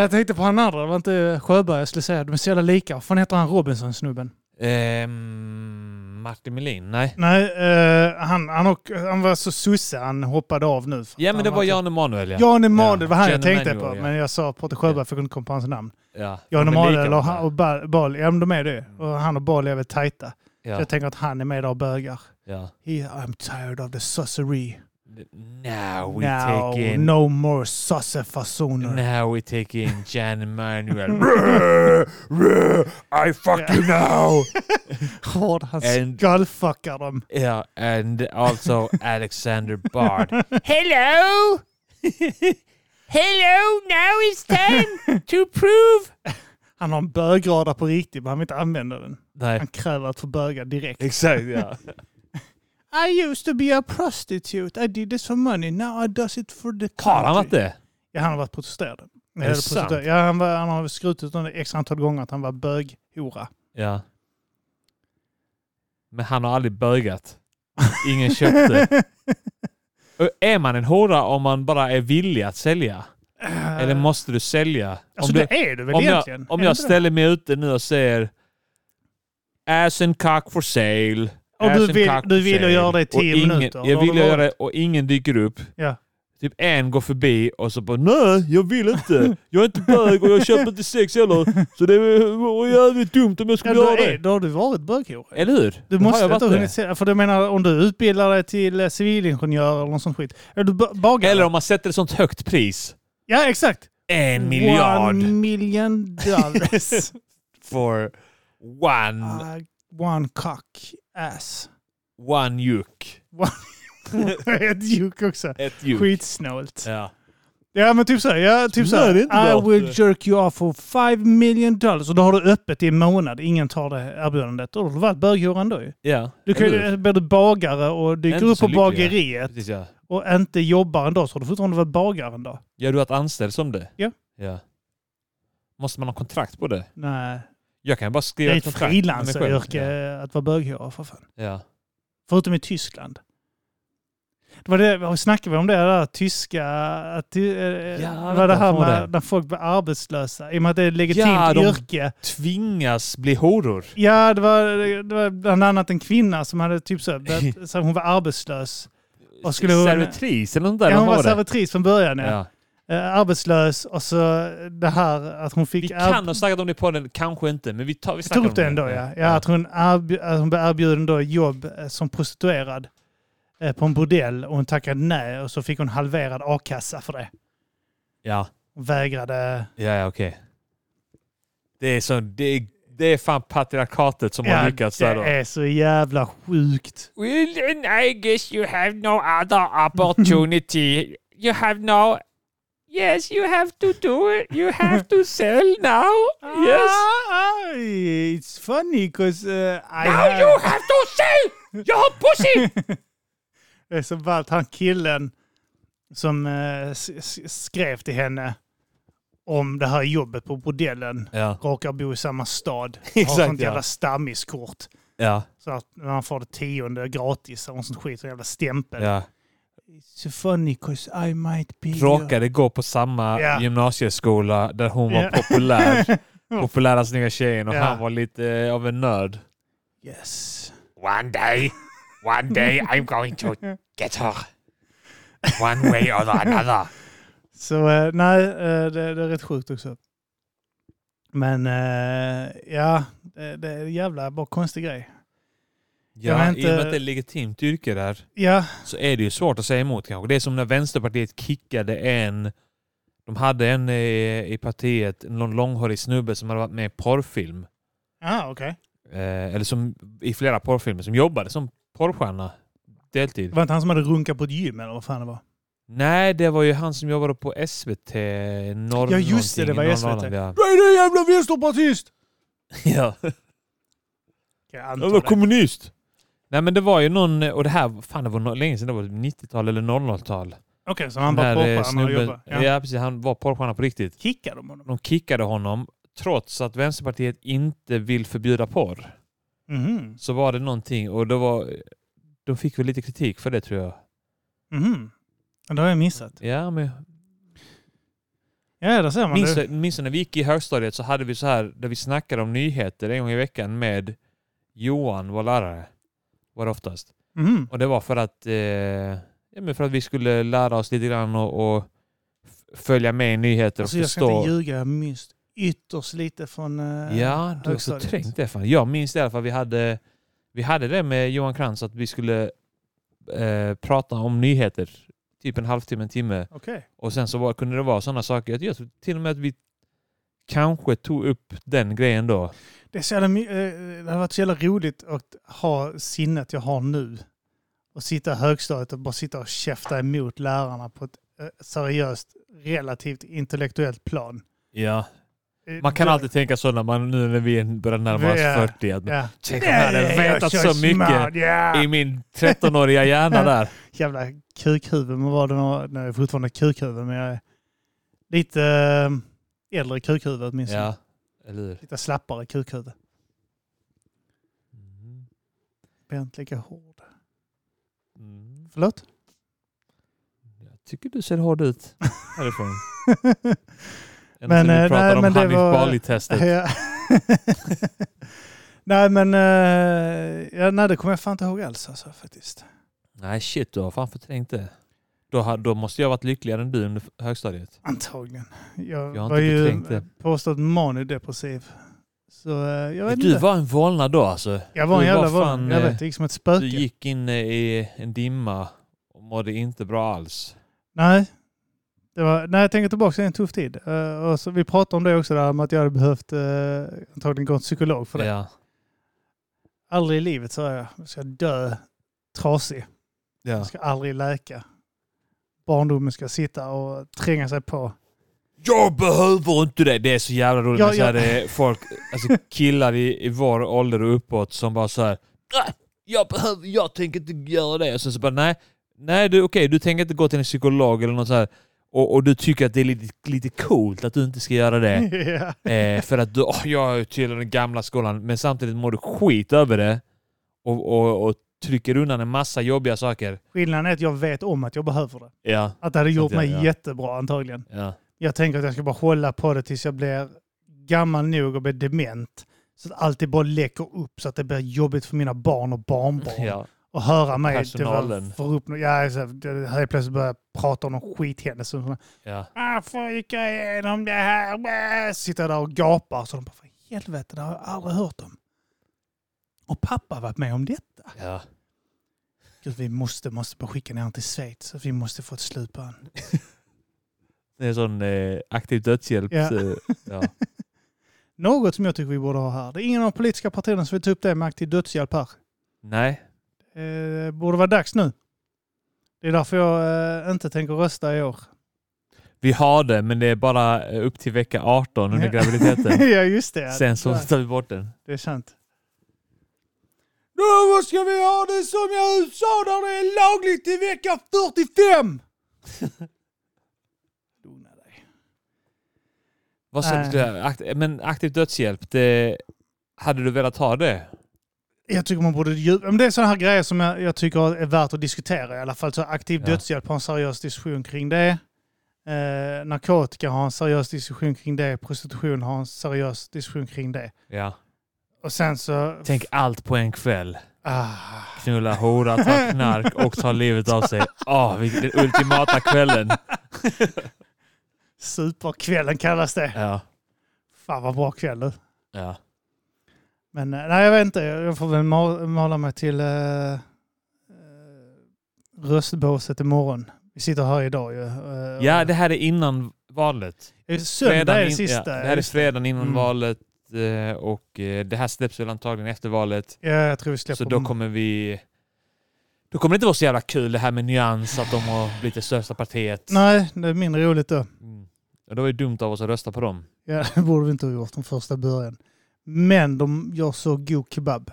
A: Jag tänkte på han andra, det var inte Sjöberg jag skulle säga. De är så jävla lika. Vad fan heter han Robinson-snubben?
B: ehm, Martin Melin? Nej.
A: Nej, eh, han, han, och, han var så susse, han hoppade av nu. för
B: Ja
A: att
B: men
A: han
B: det var
A: inte-
B: Jan Emanuel ja.
A: Jan Emanuel
B: Ja,
A: var han jag
B: Jan
A: tänkte
B: Emanuel,
A: på,
B: ja.
A: men jag sa Peter Sjöberg för jag kunde inte komma på hans namn.
B: ja.
A: Jan
B: De är
A: Emanuel
B: lika
A: och,
B: varandra.
A: han- och Ba- Bali, ja men de är det Och han och Bali är väl tajta. Så
B: Mm. Ja,
A: jag tänker att han är med där och bögar.
B: ja.
A: He, I'm tired of the sorcery.
B: Now we
A: Now,
B: take in...
A: no more sossefasoner.
B: Now we take in Jan Emanuel.
A: Mm.
B: Rrr, rrr, I fuck you now!
A: Hård, han
B: And-
A: skallfuckar dem.
B: Yeah, and also Alexander Bard. Hello! Hello, now it's time to prove...
A: Han har en bögrada på riktigt, men han vill inte använda den.
B: Nej,
A: Han kräver att få böga direkt.
B: exakt ja.
A: I used to be a prostitute. I did this for money. Now I does it for the country.
B: Har han varit det?
A: Ja, han har varit protesterad.
B: det
A: Eller
B: sant?
A: protesterad. Ja, han, var, han har skrutit om det x antal gånger att han var böghora.
B: Ja. Men han har aldrig bögat. Ingen köpte. Och Är man en hora om man bara är villig att sälja? Eller måste du sälja?
A: alltså
B: om du,
A: det är du väl
B: om
A: egentligen?
B: jag, om
A: Är
B: jag
A: det inte det?
B: ställer mig ute nu och säger ass and cock for sale.
A: Och du
B: ass and
A: vill-
B: cock
A: du
B: for
A: vill
B: sale."
A: göra det i tio
B: Och ingen-
A: minuter. Då
B: Jag
A: har
B: vill
A: du
B: göra det
A: varit-
B: och ingen dyker upp.
A: Ja.
B: Typ en går förbi och så bara nej, jag vill inte. Jag är inte bög och jag köper inte sex heller. Så det vore jävligt dumt om jag
A: Ja,
B: skulle
A: då,
B: göra det.
A: är, då har du varit böghora.
B: Eller hur?
A: Du
B: Då har
A: måste
B: jag
A: inte ha
B: varit
A: hunnit se, för du menar om du utbildar dig till eh, civilingenjör eller något sånt skit. Är du ba- bagare?
B: Eller om man sätter ett sånt högt pris.
A: Ja, exakt.
B: En miljard
A: One million dollars.
B: for one,
A: Ah, one cock ass.
B: one juk.
A: Ett juk också.
B: Ett juk.
A: Skitsnålt.
B: Ja.
A: Ja men typ så. här, Ja, typ så.
B: Nej,
A: här,
B: det är inte
A: I
B: bra.
A: will jerk you off for five million dollars. Och då har du öppet i en månad. Ingen tar det erbjudandet. Då har du varit böghoran då ju.
B: ja.
A: Du kan
B: Eller hur?
A: ju blir du bagare och dyker
B: Inte
A: upp
B: så
A: på
B: lyckliga.
A: bageriet
B: Precis, ja.
A: och inte jobbar en dag så har du fortfarande varit bagare en dag.
B: Ja, du har varit anställd som det?
A: Ja.
B: ja. Måste man ha kontrakt på det?
A: Nej.
B: Jag kan bara
A: Det
B: skriva
A: är
B: ett
A: ett
B: kontrakt. med mig själv.
A: frilansyrke att vara böghora för fan.
B: Ja. ja.
A: Förutom i Tyskland. Det var det, vad snackade vi om det där tyska, att, ty- eh, det var det
B: vänta,
A: här
B: vad var det?
A: med när folk blir arbetslösa. I och med att det är ett legitimt
B: Ja, de-
A: yrke.
B: Tvingas bli horor.
A: Ja, det var, det var bland annat en kvinna som hade typ så, här börjat- så här, hon var arbetslös. Och skulle hon-
B: Servitris eller något där.
A: Ja,
B: vad
A: hon var
B: det?
A: servitris från början. Ja.
B: Ja.
A: eh, arbetslös och så det här att hon fick...
B: Vi
A: erb-
B: kan ha snackat om det på den, kanske inte, men vi, tar, vi
A: Jag tog
B: snackar
A: upp det
B: om
A: ändå ja. ja att, hon erbj- att hon blev erbjuden då jobb eh, som prostituerad eh, på en bordell och hon tackade nej och så fick hon halverad a-kassa för det.
B: Ja,
A: Hon vägrade...
B: ja, ja okej. Det är så, det är, det är fan patriarkatet som har lyckats
A: det
B: där då.
A: är så jävla sjukt.
D: Well, I guess you have no other opportunity. you have no. Yes, you have to do it. You have to sell now. Yes.
A: Ah, ah, it's funny because uh, I
D: Now
A: have-
D: you have to sell your pussy.
A: Det är så ballt. Han killen som eh, s- s- skrev till henne om det här jobbet på bordellen
B: Ja,
A: råkar bo i samma stad. har
B: Exakt,
A: sånt
B: ja.
A: jävla stammiskort.
B: ja,
A: Så att när han får det tionde gratis och sånt skit, så jävla stämpel.
B: ja.
A: It's so funny cause I might be...
B: Råkade gå på samma
A: Ja.
B: gymnasieskola där hon var
A: Ja.
B: populär. Populära snygga tjejen och
A: Ja.
B: han var lite eh, av en nörd.
A: your- Yes.
D: One day, one day, I'm going to get her. One way or the another.
A: Så eh, nej, eh, det, det är rätt sjukt också. Men eh, ja, det, det är en jävla bara konstig grej. Jag
B: Ja,
A: har
B: I och
A: inte-
B: med att det är ett legitimt yrke där
A: Ja,
B: så är det ju svårt att säga emot kanske. Det är som när Vänsterpartiet kickade en... De hade en i, i partiet, en lång- långhårig snubbe som hade varit med i porrfilm.
A: ah, okej.
B: Eh, eller som i flera porrfilmer, som jobbade som porrstjärna deltid.
A: Det var inte han som hade runkat på ett gym eller vad fan det var?
B: Nej, det var ju han som jobbade på SVT norr
A: Ja, just det, det var
B: någonting,
A: SVT.
B: Norrland, ja.
A: Vad är det jävla vänsterpartist?
B: ja.
A: Jag
B: Jag
A: antar
B: var
A: det.
B: kommunist! Nej men det var ju någon, och det här, fan det var no- länge sedan, det var 90-tal eller 00-tal.
A: Okej, så han
B: När,
A: bara
B: eh,
A: poppar när han
B: snubben-
A: jobbar. Ja.
B: ja precis, han var porrstjärna på riktigt.
A: Kickar de honom?
B: De kickade honom trots att Vänsterpartiet inte vill förbjuda porr.
A: Mhm.
B: Så var det någonting och det var... De fick väl lite kritik för det tror jag.
A: Mhm. Det har jag missat.
B: Ja, men
A: Ja, där ser man.
B: minns,
A: det.
B: minns du när vi gick i högstadiet så hade vi så här där vi snackade om nyheter en gång i veckan med Johan, vår lärare. Var det oftast.
A: Mhm.
B: Och det var för att, eh, ja, men för att vi skulle lära oss lite grann och, och f- följa med i nyheter och
A: Alltså, jag ska
B: förstå.
A: inte ljuga, jag minns ytterst lite från... eh,
B: Ja, du har så
A: högstadiet.
B: trängt det. Fan. Jag minns det i alla fall. Vi hade, vi hade det med Johan Krantz att vi skulle eh, prata om nyheter. Typ en halvtimme, en timme.
A: Okej.
B: Och sen så var, kunde det vara sådana saker. Jag tror till och med att vi kanske tog upp den grejen då.
A: Det, är så jävla, my- eh, det har varit så jävla roligt att ha sinnet jag har nu. Och sitta i högstadiet och bara sitta och käfta emot lärarna på ett eh, seriöst, relativt intellektuellt plan.
B: Ja.
A: Eh,
B: Man kan
A: då-
B: alltid tänka så när man, nu när vi börjar närma oss
A: Ja.
B: 40. Att,
A: Ja.
B: Tänk om jag hade vetat så mycket
A: Yeah.
B: i min 13-åriga hjärna där.
A: Jävla kukhuvud. Men var det någon, nej, jag är fortfarande kukhuvud, men jag är lite eh, äldre kukhuvud åtminstone.
B: Ja, eller hur?
A: Lite slappare kukhuvud. Jag är inte lika hård.
B: Mm.
A: Förlåt?
B: Jag tycker du ser hård ut härifrån. Ända
A: Men,
B: men,
A: eh,
B: vi pratade
A: nej,
B: om
A: men det
B: Hanif
A: var-
B: Bali-testet.
A: Ja. nej men, eh, ja, nej det kommer jag fan inte ihåg alls alltså, faktiskt.
B: Nej shit, du har fan förträngt det. Då, ha- då måste jag ha varit lyckligare än du under högstadiet.
A: Antagligen. Jag,
B: Jag har
A: var
B: inte
A: ju
B: förträngt det.
A: påstått manidepressiv. Så eh, jag vet
B: Du
A: inte.
B: var en vålnad då alltså.
A: jag var en
B: du
A: jävla
B: var
A: var
B: fan,
A: Jag
B: eh,
A: vet, det gick som ett spöke.
B: Du gick in eh, i en dimma och mådde inte bra alls.
A: Nej. Det var, när jag tänker tillbaka så är det en tuff tid. Eh, och så, vi pratade om det också, där, om att jag hade behövt uh, antagligen gå till psykolog för det.
B: Ja.
A: Aldrig i livet, sa jag. Jag ska dö trasig.
B: Ja.
A: Jag ska aldrig läka. Barndomen ska sitta och tränga sig på.
B: Jag behöver inte det! Det är så jävla roligt
A: Ja,
B: när så här,
A: ja.
B: det är folk, alltså killar i, i vår ålder och uppåt som bara så här. "Nej, Jag behöver, jag tänker inte göra det. Och sen så bara nej, nej du, okej du tänker inte gå till en psykolog eller något så här. Och, och du tycker att det är lite, lite coolt att du inte ska göra det.
A: Ja.
B: Eh, för att du, åh, jag är till den gamla skolan. Men samtidigt mår du skit över det. Och, och, och trycker undan en massa jobbiga saker.
A: Skillnaden är att jag vet om att jag behöver det.
B: Ja.
A: Att det hade gjort
B: Ja,
A: mig
B: ja.
A: jättebra antagligen.
B: Ja.
A: Jag tänker att jag ska bara hålla på det tills jag blir gammal nog och blir dement. Så att allt det bara läcker upp så att det blir jobbigt för mina barn och barnbarn.
B: ja.
A: och höra mig. Det
B: Personalen.
A: var för upp, ja, så, det, helt plötsligt började jag prata om någon skithändelse. Så,
B: Ja.
A: Varför gick jag igenom det här? Äh, Sitter där och gapar. Så de bara, för helvete, det har jag aldrig hört om. Och pappa har varit med om detta.
B: ja.
A: Gud, vi måste, måste bara skicka ner honom till Schweiz. Vi måste få ett slut på honom.
B: Det är en sån eh, aktiv dödshjälp.
A: Ja.
B: eh, Ja.
A: Något som jag tycker vi borde ha här. Det är ingen av de politiska partierna som vill ta upp det med aktiv dödshjälp här.
B: Nej.
A: Eh, borde vara dags nu. Det är därför jag eh, inte tänker rösta i år.
B: Vi har det, men det är bara eh, upp till vecka 18 under
A: Ja.
B: graviditeten.
A: ja, just det.
B: Sen så tar vi bort den.
A: Det är sant.
C: Då ska vi ha det som jag USA där det är lagligt i vecka 45!
A: Lugna dig.
B: Vad sa
A: Nej.
B: du? Akt- Men aktiv dödshjälp, det... hade du velat ha det?
A: Jag tycker man borde... djup- Men det är sådana här grejer som jag, jag tycker är värt att diskutera i alla fall. Så aktiv
B: Ja.
A: dödshjälp har en seriös diskussion kring det. Eh, narkotika har en seriös diskussion kring det. Prostitution har en seriös diskussion kring det.
B: Ja.
A: Och sen så...
B: Tänk allt på en kväll.
A: Ah.
B: Knulla, hora, ta knark och ta livet av sig. Ah, vilken- den ultimata kvällen.
A: Superkvällen kallas det.
B: Ja.
A: Fan vad bra kväll du.
B: ja.
A: Men eh, nej, jag vet inte. Jag får väl ma- mala mig till eh, eh, röstbåset imorgon. Vi sitter här idag ju. Eh,
B: Ja, det här är innan valet.
A: Eh, Söndag är
B: in-
A: sista.
B: ja, det här är fredagen innan
A: Mm.
B: valet eh, och eh, det här släpps väl antagligen efter valet.
A: Ja, jag tror vi släpper
B: Så då kommer vi... Då kommer det inte vara så jävla kul det här med nyans, att de har blivit det största partiet.
A: Nej, det är mindre roligt då.
B: Mm. Ja, Det var ju dumt av oss att rösta på dem.
A: Ja, det borde vi inte ha gjort från första början. Men de gör så god kebab.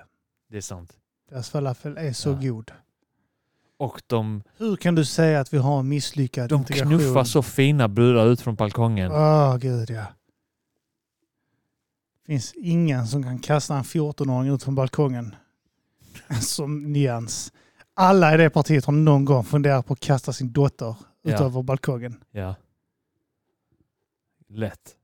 B: Det är sant.
A: Deras falafel är så
B: Ja.
A: god.
B: Och de,
A: Hur kan du säga att vi har en misslyckad
B: de
A: integration?
B: knuffar så fina brudar ut från balkongen.
A: Åh, gud ja. finns ingen som kan kasta en 14-åring ut från balkongen som nyans. Alla i det partiet har någon gång funderat på att kasta sin dotter
B: Ja.
A: ut över balkongen.
B: Ja. Lätt.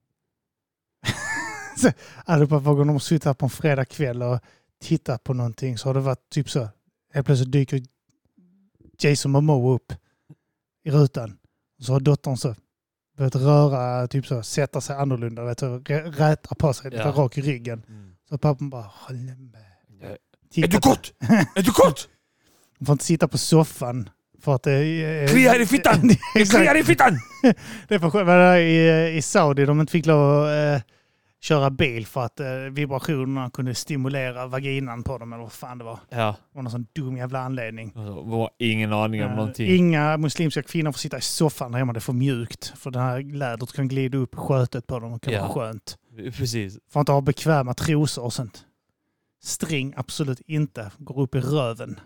A: Alltså, på gång de har suttit här på en fredagkväll och tittat på någonting så har det varit typ så. Helt plötsligt dyker Jason Momoa upp i rutan. Och så har dottern så börjat röra, typ så, sätta sig annorlunda, vet du, rä- räta på sig, lite
B: Ja.
A: rak i ryggen. Så pappan bara, håll med. Titta på-
B: kort? Är du kort?
A: Man får inte sitta på soffan för att det är...
B: Kliar i fittan!
A: Exakt.
B: i fittan!
A: Det är för själva där i, i Saudi de inte fick lov att eh, köra bil för att eh, vibrationerna kunde stimulera vaginan på dem eller vad fan det var.
B: Ja.
A: Det var någon sån dum jävla anledning.
B: Alltså, var ingen aning om
A: Eh,
B: någonting.
A: Inga muslimska kvinnor får sitta i soffan där hemma, det är för mjukt. För det här lädret kan glida upp i skötet på dem och kan
B: Ja.
A: vara skönt.
B: Precis.
A: Får inte ha bekväma trosor och sånt. String absolut inte, går upp i röven.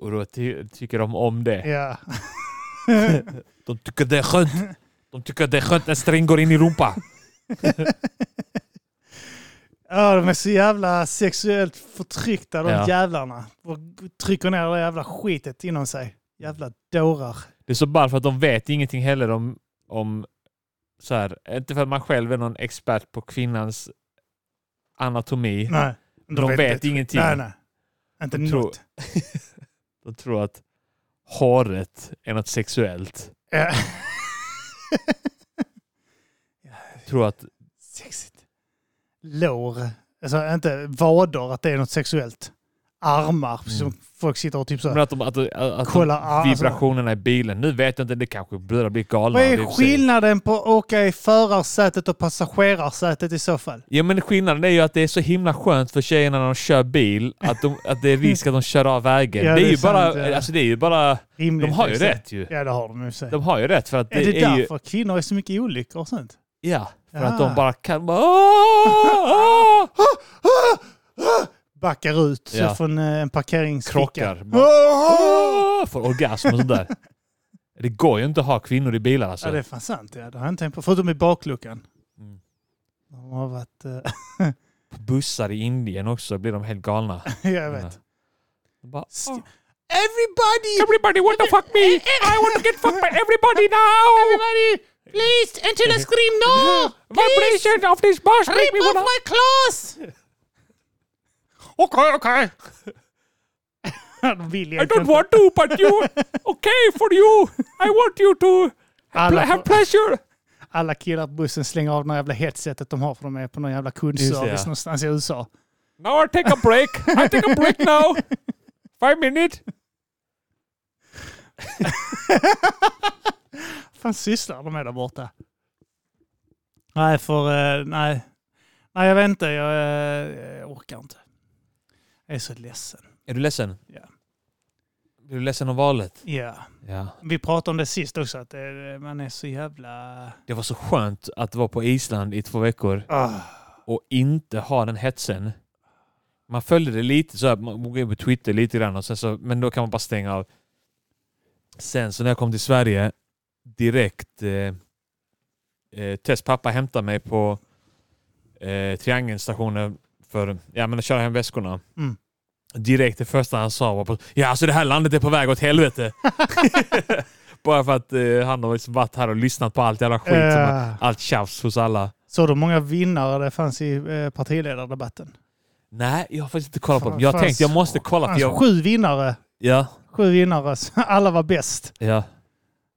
B: Och då ty- tycker de om det.
A: Ja.
B: De tycker det är skönt. De tycker det är skönt när sträng går in i rumpa.
A: Ja, de är så jävla sexuellt förtryckta de
B: Ja.
A: jävlarna. Och trycker ner det jävla skitet inom sig. Jävla dårar.
B: Det är så bara för att de vet ingenting heller om... om så här, inte för att man själv är någon expert på kvinnans anatomi.
A: Nej.
B: de vet, ingenting.
A: Nej, nej. Inte
B: De tror-
A: något.
B: De tror att håret är något sexuellt.
A: Ja.
B: De tror att
A: Sexigt. Lår. Alltså inte vader, att det är något sexuellt. Armar,
B: Mm.
A: som folk sitter och typ så.
B: Men att de, att, de- att
A: Kolla,
B: de,
A: alltså.
B: vibrationerna typ, i bilen. Nu vet jag inte, det kanske brudar blir galna.
A: Vad
B: av det
A: är
B: i och för sig.
A: skillnaden på att åka i förarsätet och passagerarsätet i så fall?
B: Ja men skillnaden är ju att det är så himla skönt för tjejerna när de kör bil att, de, att det är risk att de kör av vägen.
A: Ja,
B: det, är
A: det är
B: ju bara,
A: sant, ja.
B: alltså det är ju bara...
A: Rimligt.
B: De har ju
A: liksom.
B: rätt ju.
A: Ja, det har de ju. i och för sig.
B: De har ju rätt för att det,
A: är det
B: är ju...
A: därför Ah. kvinnor är så mycket i olyckor och sånt?
B: Ja, för att
A: Ja.
B: de bara kan... Bara, Ah! "Åh, åh!"
A: backar ut
B: Ja.
A: från eh, en parkeringsficka.
B: Krockar. Bara, "Åh!" Får Ah! orgasm och sånt där. Det går ju inte att ha kvinnor i bilar alltså.
A: Ja, det är fan sant. Ja. Det har jag inte tänkt på. Förutom i bakluckan.
B: Mm.
A: De har varit... eh,
B: På bussar i Indien också blir de helt galna.
A: jag vet.
B: De bara,
A: St-
B: "Åh."
A: Everybody!
D: Everybody want to fuck me. I want to get fucked by everybody now. Everybody,
E: Please, until I scream no!
D: vibration of this bus make me
E: Rip off
D: wanna.
E: my clothes!
D: Okay, okay.
A: Han vill
D: I
A: egentligen
D: don't
A: inte.
D: want to, but you... Okay for you! I want you to pl-
A: alla,
D: have pleasure!
A: alla killar på bussen slänger av det här jävla headsetet de har för de är på någon jävla kundservice
B: Just det, ja.
A: någonstans i USA.
D: Now I take a break. I take a break now. Five minutes.
A: fan sysslar de med där borta? Nej, för... eh, nej. Nej, jag vet inte. Jag, eh, jag orkar inte. Jag är så ledsen.
B: Är du ledsen?
A: Ja.
B: Är du ledsen av valet?
A: Ja.
B: Ja.
A: Vi pratade om det sist också, att eh, man är så jävla...
B: Det var så skönt att vara på Island i två veckor
A: Ah.
B: och inte ha den hetsen. Man följde det lite så här, man går in på Twitter lite grann och sen så, men då kan man bara stänga av. Sen så när jag kom till Sverige direkt eh, eh, Tess pappa hämtade mig på eh, triangelstationen för ja, men att köra hem väskorna.
A: Mm.
B: Direkt det första han sa var på, ja alltså det här landet är på väg åt helvete. Bara för att eh, han har liksom varit här och lyssnat på allt jävla skit. som har-
A: Eh,
B: Allt tjafs hos alla.
A: så de många vinnare det fanns i eh, partiledardebatten?
B: Nej, jag har faktiskt inte kollat på
A: Fan,
B: dem. Jag
A: fan,
B: tänkte jag
A: så-
B: måste kolla. För
A: Alltså,
B: jag,
A: sju vinnare.
B: ja,
A: Sju vinnare. så Alla var bäst.
B: ja.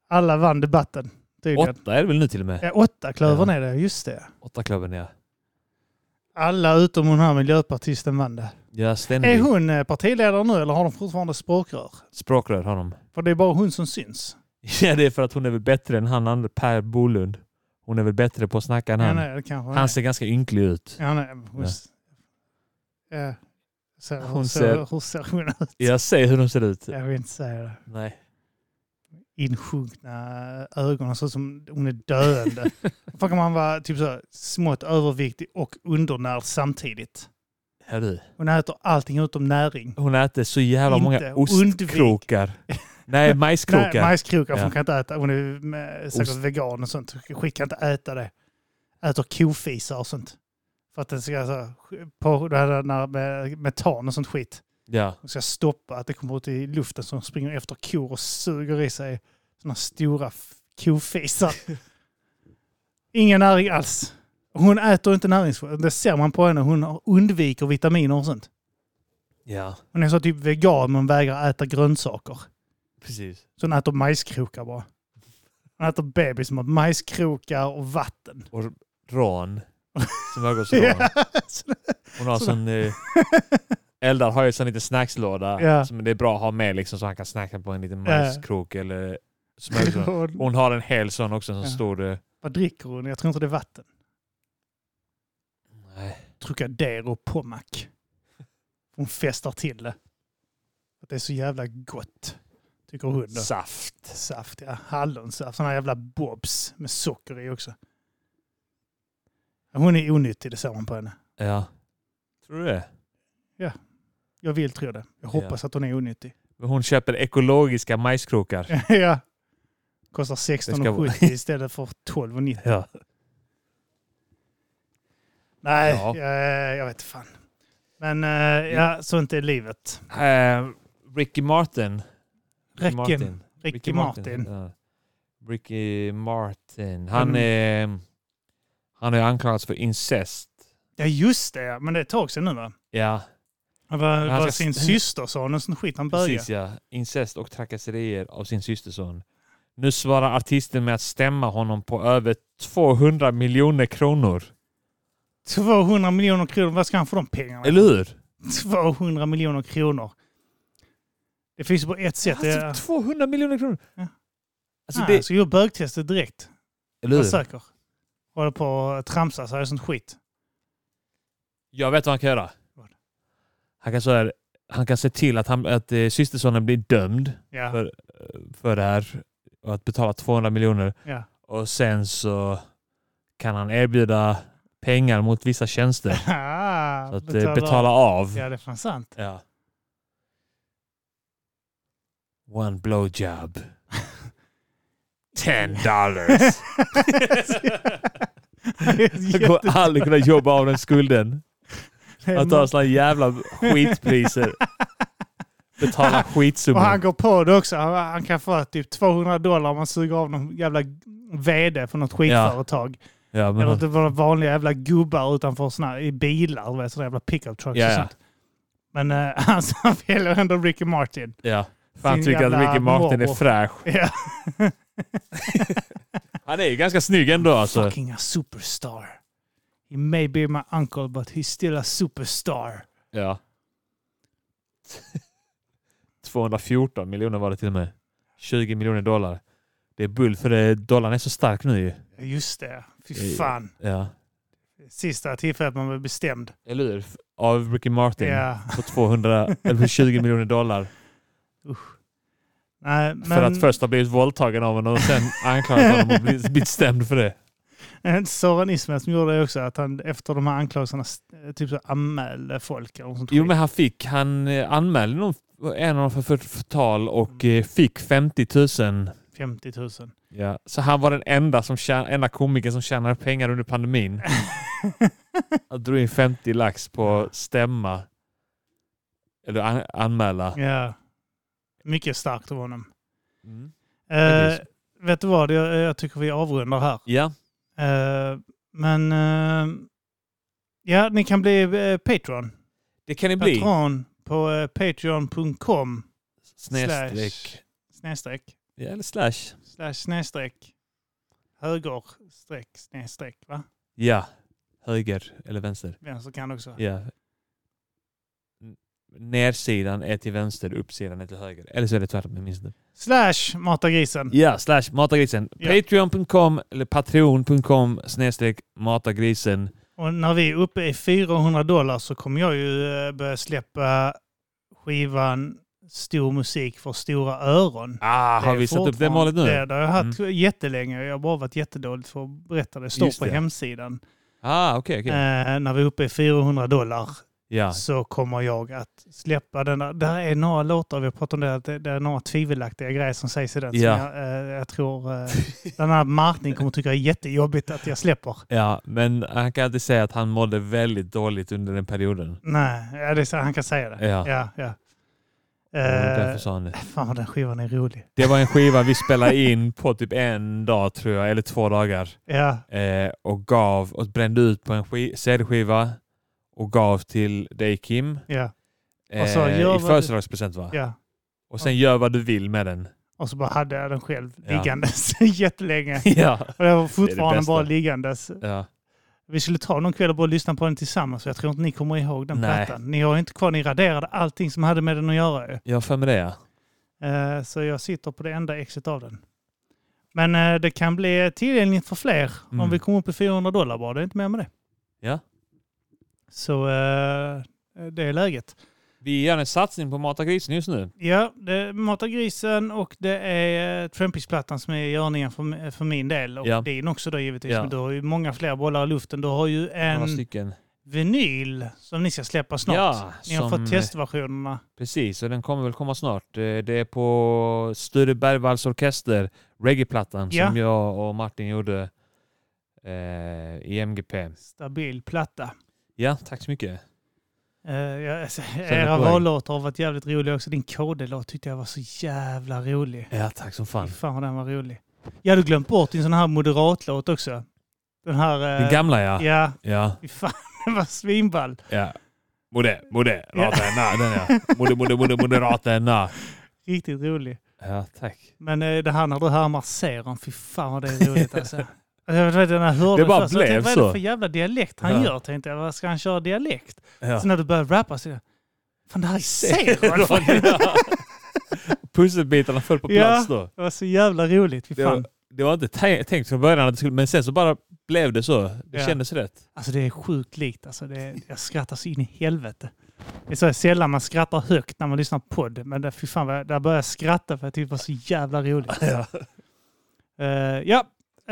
A: Alla vann debatten. Tydligen.
B: Åtta är det väl nu till och med?
A: Ja, åtta klövern
B: Ja.
A: är det, just det.
B: Åttaklubben, ja.
A: Alla utom hon här miljöpartisten vann det.
B: Ja,
A: Är
B: ständigt.
A: hon eh, partiledare nu eller har de fortfarande språkrör?
B: Språkrör har de.
A: För det är bara hon som syns.
B: Ja, det är för att hon är väl bättre än han andra, Per Bolund. Hon är väl bättre på att snacka än
A: Ja,
B: han.
A: nej, det kanske hon
B: Han
A: är.
B: ser ganska ynklig ut.
A: Ja, nej, hon... Ja. Så, hur,
B: Hon
A: ser...
B: ser-
A: hur ser hon ut?
B: Jag ser hur de ser ut.
A: Jag vill inte säga det.
B: Nej.
A: Insjunkna ögon och så som hon är döende. Fan kan man vara typ så här, smått överviktig och undernärd samtidigt?
B: Herre.
A: Hon äter allting utom näring.
B: Hon äter så jävla
A: Inte.
B: många
A: Undvik.
B: ostkrokar. Nej,
A: Nej,
B: majskrokar.
A: majskrokar för
B: Ja.
A: hon kan inte äta. Hon är eh, säkert
B: Ost.
A: vegan och sånt. Hon kan inte äta det. Äter kofisar och sånt. För att den ska så här, på det här när- med metan och sånt skit.
B: Ja.
A: Hon ska stoppa att det kommer ut i luften så hon springer efter kor och suger i sig sådana stora f- kofisar. Ingen näring alls. Hon äter inte näringsfull. Det ser man på henne. Hon undviker vitaminer och sånt.
B: ja,
A: Hon är så typ vegan men vägrar äta grönsaker.
B: precis.
A: Så hon äter majskrokar bara. Hon äter bebis med majskrokar och vatten.
B: Ran. Smörgåsran.
A: Ja, så det-
B: Hon har
A: Så-
B: sån... Eh, Eldar har ju sån liten snackslåda
A: Ja.
B: som det är bra att ha med liksom, så han kan snacka på en liten
A: Ja.
B: majskrok eller smörgåsröra.
A: Hon-
B: Hon har en hel sån också, en sån
A: Ja.
B: stor... Eh,
A: Vad dricker hon? Jag tror inte det är vatten.
B: nej.
A: Trocadero Pommac. Hon festar till det. Att det är så jävla gott. Tycker hon då.
B: Saft.
A: Saft, ja. Hallonsaft. Sådana jävla bobs med socker i också. Hon är onyttig, det ser man på henne.
B: Ja. Tror du det?
A: Jag vill tro det. Jag hoppas att hon är onyttig.
B: Hon köper ekologiska majskrokar.
A: ja. Kostar
B: Det ska
A: 16,70 istället för 12,90.
B: Ja.
A: Nej, eh,
B: Ja. Mm.
A: jag, jag vet inte fan. Men eh, ja, sånt är livet.
B: Eh, Ricky Martin.
A: Räcken.
B: Martin.
A: Ricky, Martin. Mm.
B: Ja. Ricky Martin. Han, eh, han har ju anklagats för incest.
A: Ja, just det. ja. Men det är ett tag sedan nu, va?
B: Ja,
A: Han var,
B: han
A: var
B: ska-
A: sin syster sa någon sån skit. Han böjde.
B: precis ja. Incest och trakasserier av sin systerson. Nu svarar artisten med att stämma honom på över 200 miljoner kronor.
A: 200 miljoner kronor. Vad ska han få de pengarna?
B: Eller hur?
A: 200 miljoner kronor. Det finns ju bara ett sätt. typ Det är,
B: Alltså, 200 miljoner kronor!
A: Ja.
B: Alltså,
A: nej,
B: det, Mm.
A: så gör bögtestet direkt.
B: eller
A: Var
B: hur?
A: säker. Håller på att tramsa sig och sånt skit.
B: Jag vet vad han kan göra.
A: Vad?
B: Han kan, så här, han kan se till att, han, att eh, systersonen blir dömd
A: Ja,
B: För- för det här och att betala 200 miljoner.
A: ja.
B: Och sen så kan han erbjuda pengar mot vissa tjänster.
A: Ah,
B: Så att betala, betala av.
A: Ja, det är fan sant.
B: Ja. One blowjob. Ten dollars. Han kommer aldrig kunna jobba av den skulden. Han tar såna jävla skitpriser. Betala
A: Och han
B: skitsummor.
A: går på det också. Han, han kan få typ 200 dollar om man suger av någon jävla vd för något skitföretag.
B: Ja, men
A: Eller typ
B: han,
A: det var vanliga jävla gubbar utanför såna, i bilar, du vet, såna jävla pickup trucks
B: Ja,
A: och
B: ja.
A: sånt. Men eh, han han väljer ändå Ricky Martin.
B: Ja. För han
A: Sin
B: tycker att
A: jävla
B: Ricky Martin är
A: morbror.
B: fräsch.
A: Ja.
B: Han är ju ganska snygg ändå alltså.
A: Fucking a superstar. He may be my uncle but he's still a superstar.
B: Ja. 214 miljoner var det till och med. 20 miljoner dollar. Det är bull för det, dollarn är så stark nu ju.
A: Just det. Fy
B: Eh,
A: fan.
B: Ja.
A: Sista tillfället man var bestämd.
B: Eller hur? Av Ricky Martin.
A: Ja.
B: På 200, eller på 20 miljoner dollar.
A: Nej, men
B: För att först ha blivit våldtagen av honom och sen anklagat honom och blivit, blivit stämd för det.
A: Soran Ismail som gjorde det också, att han efter de här anklagelserna eh, typ så anmälde folk eller något sånt
B: Jo
A: skit.
B: men han fick, han eh, anmälde någon, en av dem för för förtal och eh, fick 50 000.
A: 50 000.
B: Ja. Så han var den enda, som tjän, enda komikern som tjänade pengar under pandemin. Han drog in 50 lax på stämma. Eller an, anmäla.
A: Ja. Mycket starkt av honom.
B: Mm.
A: Eh, vet du vad, jag, jag tycker vi avrundar här.
B: Ja,
A: Eh, men eh, ja, ni kan bli eh, Patreon.
B: det kan det bli.
A: Patron på eh, patreon.com
B: Snedstreck.
A: snedstreck
B: Ja, eller slash.
A: slash snedstreck höger streck snedstreck va?
B: Ja. Höger eller vänster.
A: Vänster kan också.
B: Ja. N- Nersidan är till vänster, uppsidan är till höger. Eller så är det tvärtom, jag minns inte.
A: Slash Mata grisen.
B: Ja, slash matagrisen.
A: Ja.
B: Patreon.com eller patreon.com snedstreck matagrisen.
A: Och när vi är uppe i 400 dollar så kommer jag ju eh, börja släppa skivan Stor musik för stora öron.
B: Ah, har
A: är
B: vi satt upp det
A: fortfarande-
B: målet nu? Mm.
A: Det, det har jag haft jättelänge. Jag har bara varit jättedåligt för att berätta det. Det står
B: Just
A: på
B: det.
A: hemsidan.
B: Ah, okej, okej. Ah.
A: Eh, när vi är uppe i 400 dollar
B: Ja.
A: så kommer jag att släppa den. Där, där är några låtar, vi har pratat om det, att det, det är några tvivelaktiga grejer som sägs i den.
B: Ja.
A: Som jag, eh, jag tror eh, den här Martin kommer tycka är jättejobbigt att jag släpper.
B: Ja, men han kan alltid säga att han mådde väldigt dåligt under den perioden.
A: Nej, ja, det är så, han kan säga det.
B: Ja.
A: Ja, ja.
B: Och
A: Eh,
B: Därför sa han det.
A: fan vad den skivan är rolig.
B: Det var en skiva vi spelade in på typ en dag tror jag, eller två dagar.
A: Ja,
B: eh, och gav och brände ut på en sk- CD-skiva och gav till dig Kim
A: ja,
B: eh,
A: Och så gör
B: i
A: vad du-
B: födelsedagspresent va?
A: ja.
B: Och sen gör vad du vill med den.
A: Och så bara hade jag den själv
B: Ja.
A: liggandes jättelänge.
B: ja.
A: Och jag var
B: Det är
A: fortfarande
B: det
A: bara
B: bästa.
A: liggandes.
B: ja.
A: Vi skulle ta någon kväll och bara lyssna på den tillsammans. för Jag tror inte ni kommer ihåg den
B: Nej.
A: plattan. Ni har ju inte kvar, ni raderade allting som hade med den att göra. ju.
B: Jag har för mig det ja.
A: Eh, så jag sitter på det enda exet av den. Men eh, det kan bli tillgängligt för fler
B: Mm.
A: om vi kommer upp i 400 dollar bara. Det är inte mer med det.
B: Ja.
A: Så eh, det är läget.
B: Vi gör en satsning på Mata grisen just nu.
A: Ja, det är Mata grisen och det är Trumpis-plattan som är i görningen för, eh, för min del. Och
B: Ja.
A: din också då givetvis.
B: Ja.
A: Men du har ju många fler bollar i luften. Du har ju
B: Några
A: en
B: stycken.
A: vinyl som ni ska släppa snart.
B: Ja,
A: ni har
B: som- eh,
A: fått testversionerna.
B: Precis, och den kommer väl komma snart. Eh, Det är på Sture Bergvalls orkester, reggae-plattan
A: Ja.
B: som jag och Martin gjorde eh, i MGP.
A: Stabil platta.
B: Ja, tack så mycket.
A: Uh, jag, alltså,
B: är
A: era
B: poäng.
A: vallåtar har varit jävligt roliga också. Din KD-låt tyckte jag var så jävla rolig.
B: Ja, tack som fan.
A: Fy fan vad den var rolig. Jag hade glömt bort din sån här moderatlåt också. Den här... eh,
B: Den gamla ja.
A: Ja,
B: Ja.
A: fy fan den var svinball.
B: Ja. Mode, moderaterna, den ja. Mode, mode, mode, moderaterna.
A: Riktigt rolig.
B: Ja, tack.
A: Men eh, det här när du härmar seron, fy fan vad det är roligt alltså. Alltså, Jag vet, inte, när jag hörde
B: Det bara
A: först, jag tänkte,
B: blev
A: vad är det
B: så.
A: för jävla dialekt han
B: Ja.
A: gör? Tänkte jag, vad ska han köra dialekt?
B: Ja.
A: Så när du började rappa så fan det här är seron. fan.
B: Pusselbitarna föll på plats då.
A: det var så jävla roligt, fy
B: Det
A: fan.
B: var, det var inte tä- tänkt från början, att det skulle, men sen så bara blev det så. Det
A: Ja.
B: kändes rätt.
A: Alltså det är sjukt likt, alltså, det är, jag skrattar så in i helvete. Det är så sällan man skrattar högt när man lyssnar på podd, men där, fy fan, vad jag- där började jag skratta för jag tyckte det var så jävla roligt. Ja, ja.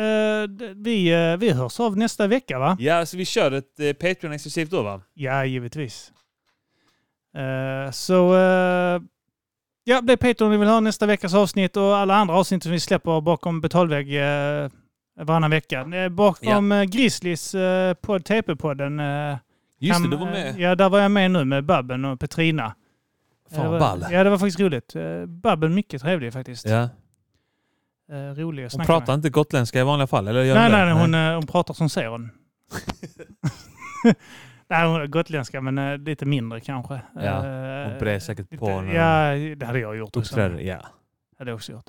A: eh, d- vi, uh, vi hörs av nästa vecka va?
B: Ja, så vi kör ett eh, Patreon-exklusivt då va?
A: Ja, givetvis. Eh, så eh, ja, bli Patreon om ni vill ha nästa veckas avsnitt och alla andra avsnitt som vi släpper bakom betalvägg eh, varannan vecka. Eh, bakom eh, Grizzlies eh, podd, TP-podden. eh,
B: Just det,
A: kan-
B: du var med.
A: eh, ja, där var jag med nu med Babben och Petrina.
B: Fan,
A: Eh, det var-
B: ball.
A: Ja, det var faktiskt roligt. Eh, Babben mycket trevlig faktiskt.
B: Ja.
A: Eh, rolig att
B: Hon
A: snacka
B: pratar
A: med.
B: inte gotländska i vanliga fall? Eller gör
A: Nej,
B: hon det?
A: nej, nej, hon, eh, hon pratar som ser hon. Nej, hon är gotländska, men eh, lite mindre kanske.
B: Ja,
A: Eh,
B: hon brer säkert på
A: lite-
B: när
A: Ja, det hade jag gjort också.
B: Uppträder, ja.
A: hade jag också gjort.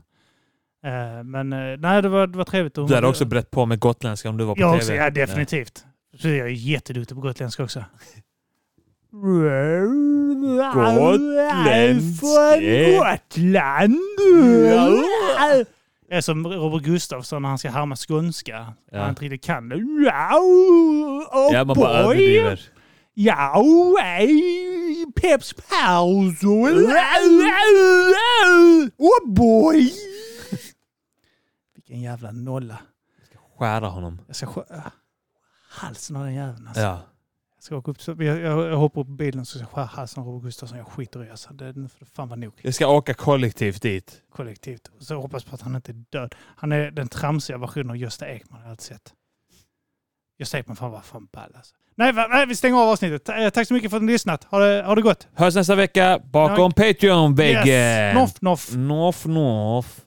A: Eh, Men eh, nej, det var, det var trevligt.
B: Du hade också brett på med gotländska om du var på
A: Jag
B: tv.
A: också, ja definitivt. Så jag är jätteduktig på gotländska också.
B: Gotländsk.
A: Gotland!
B: Ja.
A: Jag är som Robert Gustafsson när han ska härma skånska.
B: Ja.
A: Han inte riktigt kan det. Ja, oh
B: Ja, man bara
A: boy.
B: överdriver.
A: Ja, ej, Peps paus. Oh boy! Vilken jävla nolla.
B: Skära honom.
A: Jag ska skära halsen av den jäveln. Alltså.
B: Ja.
A: Jag, ska åka upp, så- jag, jag, jag hoppar upp på bilen så ska jag skära halsen av Robert Gustafsson. Jag skiter i alltså. det. Nu får det fan vara nog
B: Jag ska åka kollektivt dit.
A: kollektivt. Och Så jag hoppas på att han inte är död. Han är den tramsiga versionen av Gösta Ekman har jag alltid sett. Gösta Ekman fan var fan ball alltså. Nej, va, nej, vi stänger av avsnittet. Ta- eh, Tack så mycket för att ni lyssnat. Ha det, ha det gott.
B: Hörs nästa vecka bakom Patreon-väggen.
A: Noff, noff.
B: Noff, noff.